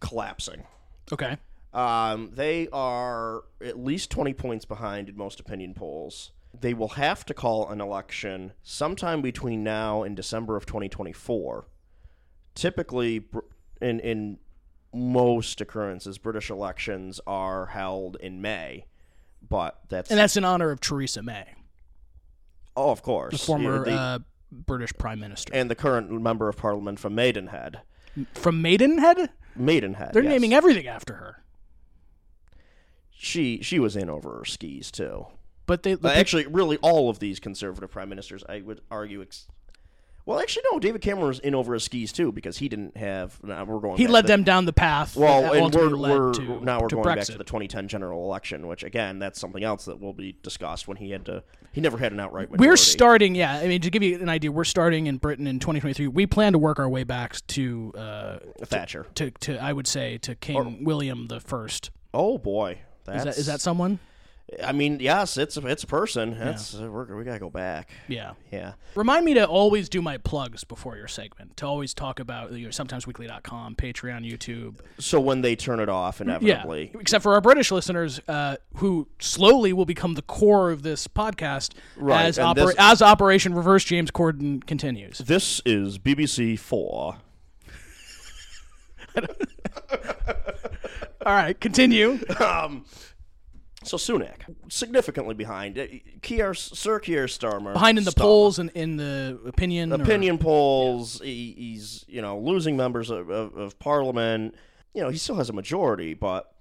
S2: collapsing.
S1: Okay.
S2: Um, they are at least 20 points behind in most opinion polls. They will have to call an election sometime between now and December of 2024. Typically, Br- in, in most occurrences, British elections are held in May, but that's.
S1: And that's in honor of Theresa May,
S2: oh, of course.
S1: the former
S2: Yeah, they-
S1: uh, British Prime Minister.
S2: and the current member of parliament from Maidenhead.
S1: From Maidenhead?
S2: Maidenhead.
S1: They're
S2: yes.
S1: naming everything after her.
S2: She, she was in over her skis, too.
S1: But they
S2: Uh, actually, really, all of these conservative prime ministers, I would argue. Ex- well, actually, no. David Cameron was in over his skis too because he didn't have. Nah, we're going.
S1: he
S2: back
S1: led
S2: to-
S1: them down the path
S2: Well,
S1: that
S2: and we're,
S1: ultimately led
S2: we're
S1: to,
S2: now we're
S1: to
S2: going
S1: Brexit.
S2: back to the 2010 general election, which again, that's something else that will be discussed when he had to. He never had an outright. Majority.
S1: We're starting, yeah. I mean, to give you an idea, we're starting in Britain in 2023. We plan to work our way back to, uh,
S2: Thatcher.
S1: to, to I would say, to King William the First.
S2: Oh boy,
S1: Is
S2: that's
S1: that, is that someone?
S2: I mean, yes, it's a it's a person. That's uh, we're, we gotta go back.
S1: Yeah.
S2: Yeah.
S1: Remind me to always do my plugs before your segment. To always talk about you know, sometimesweekly.com, Patreon, YouTube.
S2: So when they turn it off, inevitably,
S1: Yeah. Except for our British listeners, uh, who slowly will become the core of this podcast
S2: Right,
S1: as,
S2: and
S1: opera-
S2: this-
S1: as Operation Reverse James Corden continues.
S2: this is BBC Four.
S1: All right, continue.
S2: So Sunak, significantly behind Uh, Keir, Sir Keir Starmer,
S1: Behind in the
S2: Starmer.
S1: polls and in the opinion. or-
S2: opinion polls. He, he's you know losing members of, of, of Parliament. You know he still has a majority, but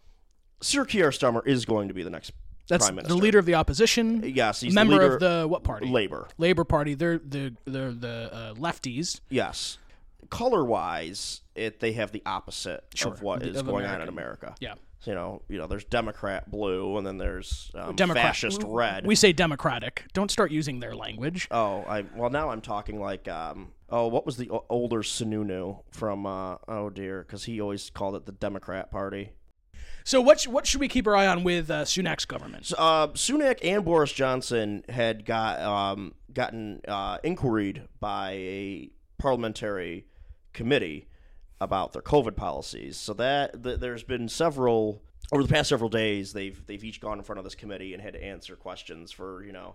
S2: Sir Keir Starmer is going to be the next
S1: that's
S2: prime minister.
S1: the leader of the opposition.
S2: Yes, he's the
S1: member
S2: leader-
S1: of the what party?
S2: Labour.
S1: Labor Party. They're the they're the uh, lefties.
S2: Yes, color wise, it they have the opposite of what is
S1: of
S2: going on in
S1: American.
S2: America.
S1: Yeah.
S2: So, you know you know there's Democrat blue, and then there's um,
S1: Democrat.
S2: fascist red.
S1: We say democratic. Don't start using their language.
S2: Oh, I well now I'm talking like um oh what was the o- older Sununu from uh oh dear because he always called it the Democrat Party.
S1: So what sh- what should we keep our eye on with uh, Sunak's government?
S2: So, uh, Sunak and Boris Johnson had got um gotten uh, inquiried by a parliamentary committee about their COVID policies. So that th- there's been several over the past several days they've they've each gone in front of this committee and had to answer questions for you know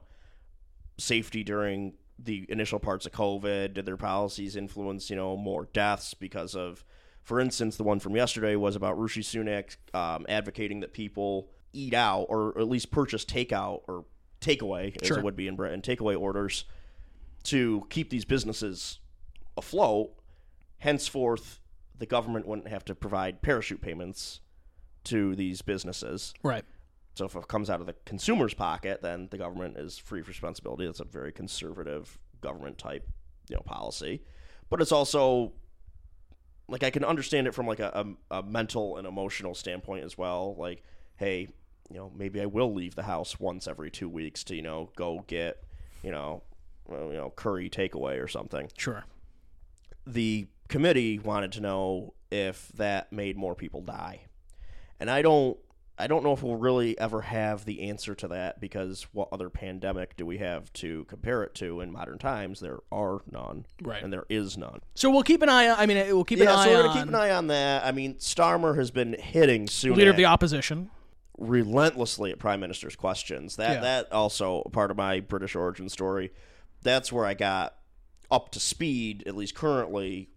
S2: safety during the initial parts of COVID? Did their policies influence, you know, more deaths because of, for instance, the one from yesterday was about Rishi Sunak um, advocating that people eat out or at least purchase takeout or takeaway, as
S1: Sure.
S2: it would be in Britain, takeaway orders to keep these businesses afloat. Henceforth, the government wouldn't have to provide parachute payments to these businesses.
S1: Right.
S2: So if it comes out of the consumer's pocket, then the government is free of responsibility. That's a very conservative government type, you know, policy. But it's also like I can understand it from like a, a, a mental and emotional standpoint as well. Like, hey, you know, maybe I will leave the house once every two weeks to you know go get you know well, you know curry takeaway or something
S1: Sure.
S2: the committee wanted to know if that made more people die. And I don't I don't know if we'll really ever have the answer to that because what other pandemic do we have to compare it to in modern times? There are none.
S1: Right.
S2: And there is none.
S1: So we'll keep an eye. on I mean, we'll keep an
S2: yeah,
S1: eye
S2: so we're
S1: on
S2: gonna keep an eye on that. I mean, Starmer has been hitting Sunak
S1: leader of the opposition.
S2: relentlessly at Prime Minister's questions. That
S1: Yeah.
S2: that also part of my British origin story. That's where I got up to speed, at least currently,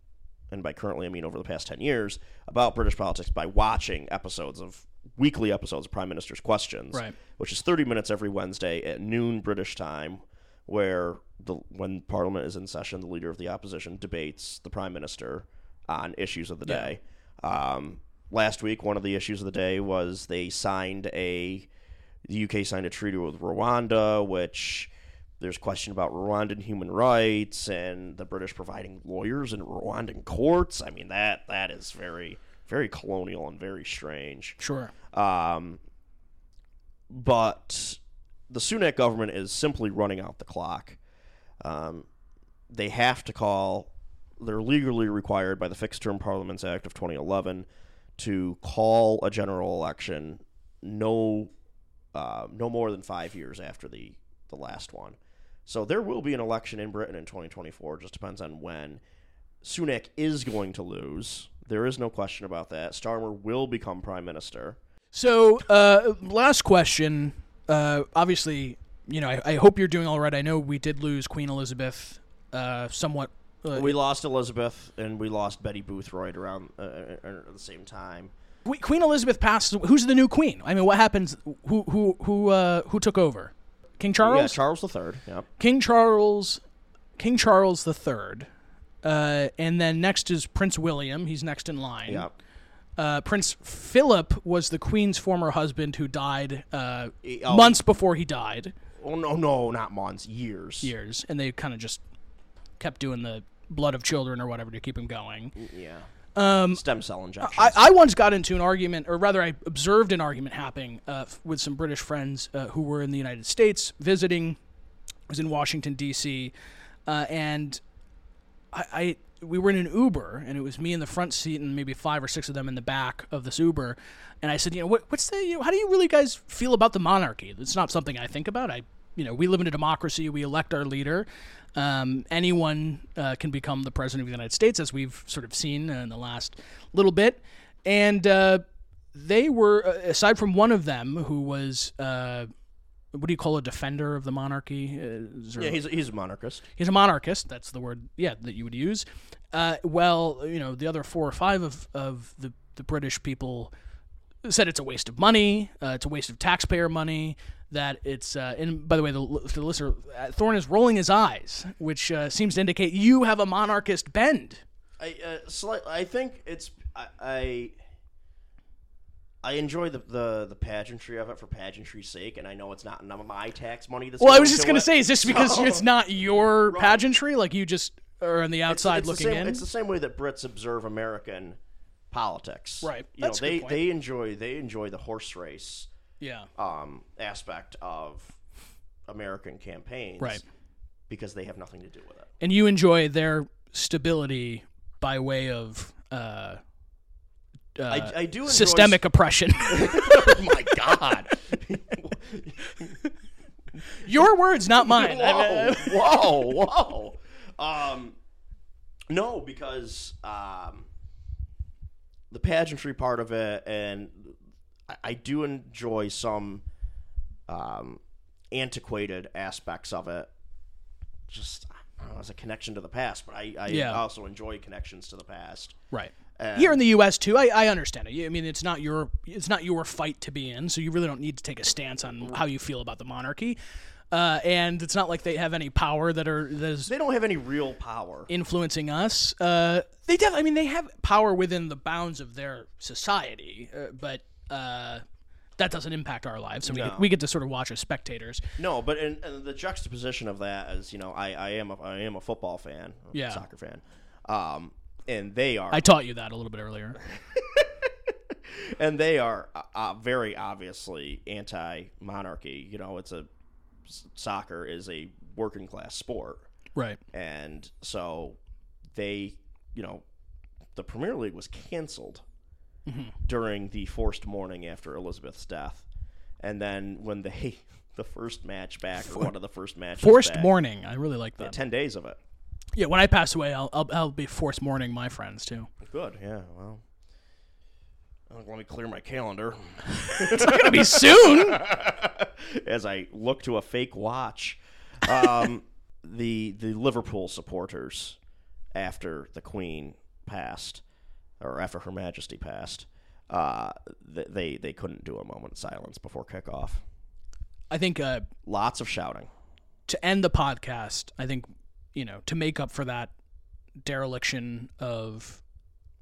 S2: and by currently I mean over the past ten years, about British politics by watching episodes of weekly episodes of Prime Minister's Questions.
S1: Right.
S2: Which is thirty minutes every Wednesday at noon British time, where the when Parliament is in session, the leader of the opposition debates the Prime Minister on issues of the day. Um, last week, one of the issues of the day was they signed a the UK signed a treaty with Rwanda, which there's question about Rwandan human rights and the British providing lawyers in Rwandan courts. I mean that that is very very colonial and very strange.
S1: Sure.
S2: Um, but the Sunak government is simply running out the clock. Um, they have to call. They're legally required by the Fixed Term Parliaments Act of 2011 to call a general election no uh, no more than five years after the the last one. So there will be an election in Britain in 2024. Just depends on when. Sunak is going to lose. There is no question about that. Starmer will become prime minister.
S1: So, uh, last question. Uh, obviously, you know, I, I hope you're doing all right. I know we did lose Queen Elizabeth uh, somewhat. Uh,
S2: We lost Elizabeth and we lost Betty Booth right around uh, uh, uh, at the same time.
S1: Que- Queen Elizabeth passed. Who's the new queen? I mean, what happens? Who who who uh, who took over? King Charles.
S2: Yeah, Charles III. Yeah.
S1: King Charles, King Charles the Third, uh, and then next is Prince William. He's next in line.
S2: Yeah.
S1: Uh, Prince Philip was the Queen's former husband who died uh,
S2: E- oh.
S1: months before he died.
S2: Oh no, no, not months, years.
S1: Years, and they kind of just kept doing the blood of children or whatever to keep him going.
S2: Yeah. Um, Stem cell injections.
S1: I, I once got into an argument, or rather, I observed an argument happening uh, f- with some British friends uh, who were in the United States visiting. I was in Washington D.C. Uh, and I, I we were in an Uber, and it was me in the front seat and maybe five or six of them in the back of this Uber. And I said, you know, what, what's the, you know, how do you really guys feel about the monarchy? It's not something I think about. I, you know, we live in a democracy. We elect our leader. Um, anyone uh, can become the president of the United States, as we've sort of seen in the last little bit. And uh, they were, uh, aside from one of them who was. Uh, what do you call a defender of the monarchy? Uh, is there
S2: yeah, he's he's a monarchist.
S1: he's a monarchist. That's the word, yeah, that you would use. Uh, well, you know, the other four or five of, of the, the British people said it's a waste of money, uh, it's a waste of taxpayer money. That it's, uh, and by the way, the, l- the listener, uh, Thorne is rolling his eyes, which uh, seems to indicate you have a monarchist bend.
S2: I uh, slight, I think it's I I, I enjoy the, the the pageantry of it for pageantry's sake, and I know it's not none of my tax money. That's
S1: Well, I
S2: going
S1: was just going to
S2: it.
S1: say, is this because
S2: So-
S1: it's not your pageantry? Like you just are on the outside
S2: it's
S1: looking
S2: the same,
S1: in?
S2: It's the same way that Brits observe American politics.
S1: Right.
S2: You
S1: That's a
S2: know,
S1: good
S2: they
S1: point.
S2: they enjoy they enjoy the horse race
S1: yeah.
S2: um, aspect of American campaigns,
S1: Right.
S2: Because they have nothing to do with it.
S1: and you enjoy their stability by way of uh,
S2: I, I do enjoy
S1: systemic oppression.
S2: oh my god!
S1: Your words, not mine. I-
S2: whoa, whoa, whoa! Um, no, because um, the pageantry part of it, and I, I do enjoy some um, antiquated aspects of it. Just I don't know, as a connection to the past, but I, I
S1: Yeah.
S2: also enjoy connections to the past.
S1: right.
S2: And-
S1: Here in the U.S. too, I, I understand it. You- I mean, it's not your it's not your fight to be in, so you really don't need to take a stance on how you feel about the monarchy. Uh, and it's not like they have any power that are that is
S2: They don't have any real power.
S1: influencing us. Uh, they def- I mean, they have power within the bounds of their society, uh, but uh, that doesn't impact our lives. So we, get, we get to sort of watch as spectators.
S2: No, but in, in the juxtaposition of that is, you know, I, I am a, I am a football fan, a
S1: Yeah.
S2: soccer fan, um, and they are
S1: I taught you that a little bit earlier.
S2: and they are uh, uh, very obviously anti-monarchy. You know, it's a s- soccer is a working class sport,
S1: right.
S2: and so they, you know, the Premier League was canceled during the forced mourning after Elizabeth's death, and then when they the first match back or one of the first matches
S1: Forced
S2: back,
S1: mourning. I really like that.
S2: ten days of it.
S1: Yeah, when I pass away, I'll, I'll, I'll be forced mourning my friends too.
S2: Good. Yeah. Well, uh, let me clear my calendar
S1: It's gonna be soon.
S2: as I look to a fake watch. Um, the the Liverpool supporters after the Queen passed, or after Her Majesty passed, uh, th- they they couldn't do a moment's silence before kickoff.
S1: I think uh,
S2: Lots of shouting.
S1: to end the podcast, I think you know to make up for that dereliction of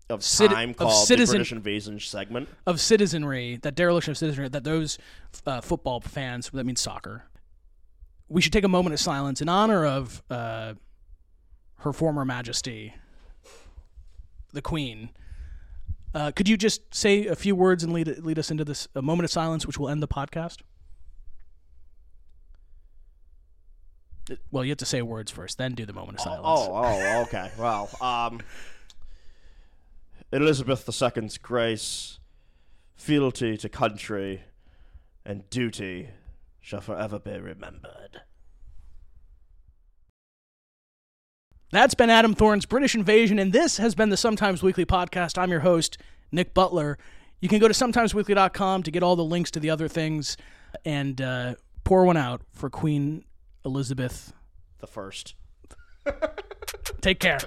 S2: Of
S1: Citi-
S2: time
S1: of
S2: called
S1: citizen-
S2: the British Invasion segment.
S1: of citizenry, that dereliction of citizenry, that those uh, football fans, that means soccer, we should take a moment of silence in honor of uh, her former majesty, the Queen. Uh, could you just say a few words and lead, lead us into this a moment of silence, which will end the podcast? Well, you have to say words first, then do the moment of silence.
S2: Oh, oh, okay. Well, um, in Elizabeth II's grace, fealty to country and duty shall forever be remembered.
S1: That's been Adam Thorne's British Invasion, and this has been the Sometimes Weekly podcast. I'm your host, Nick Butler. You can go to sometimesweekly.com to get all the links to the other things and uh, pour one out for Queen Elizabeth.
S2: The first.
S1: Take care.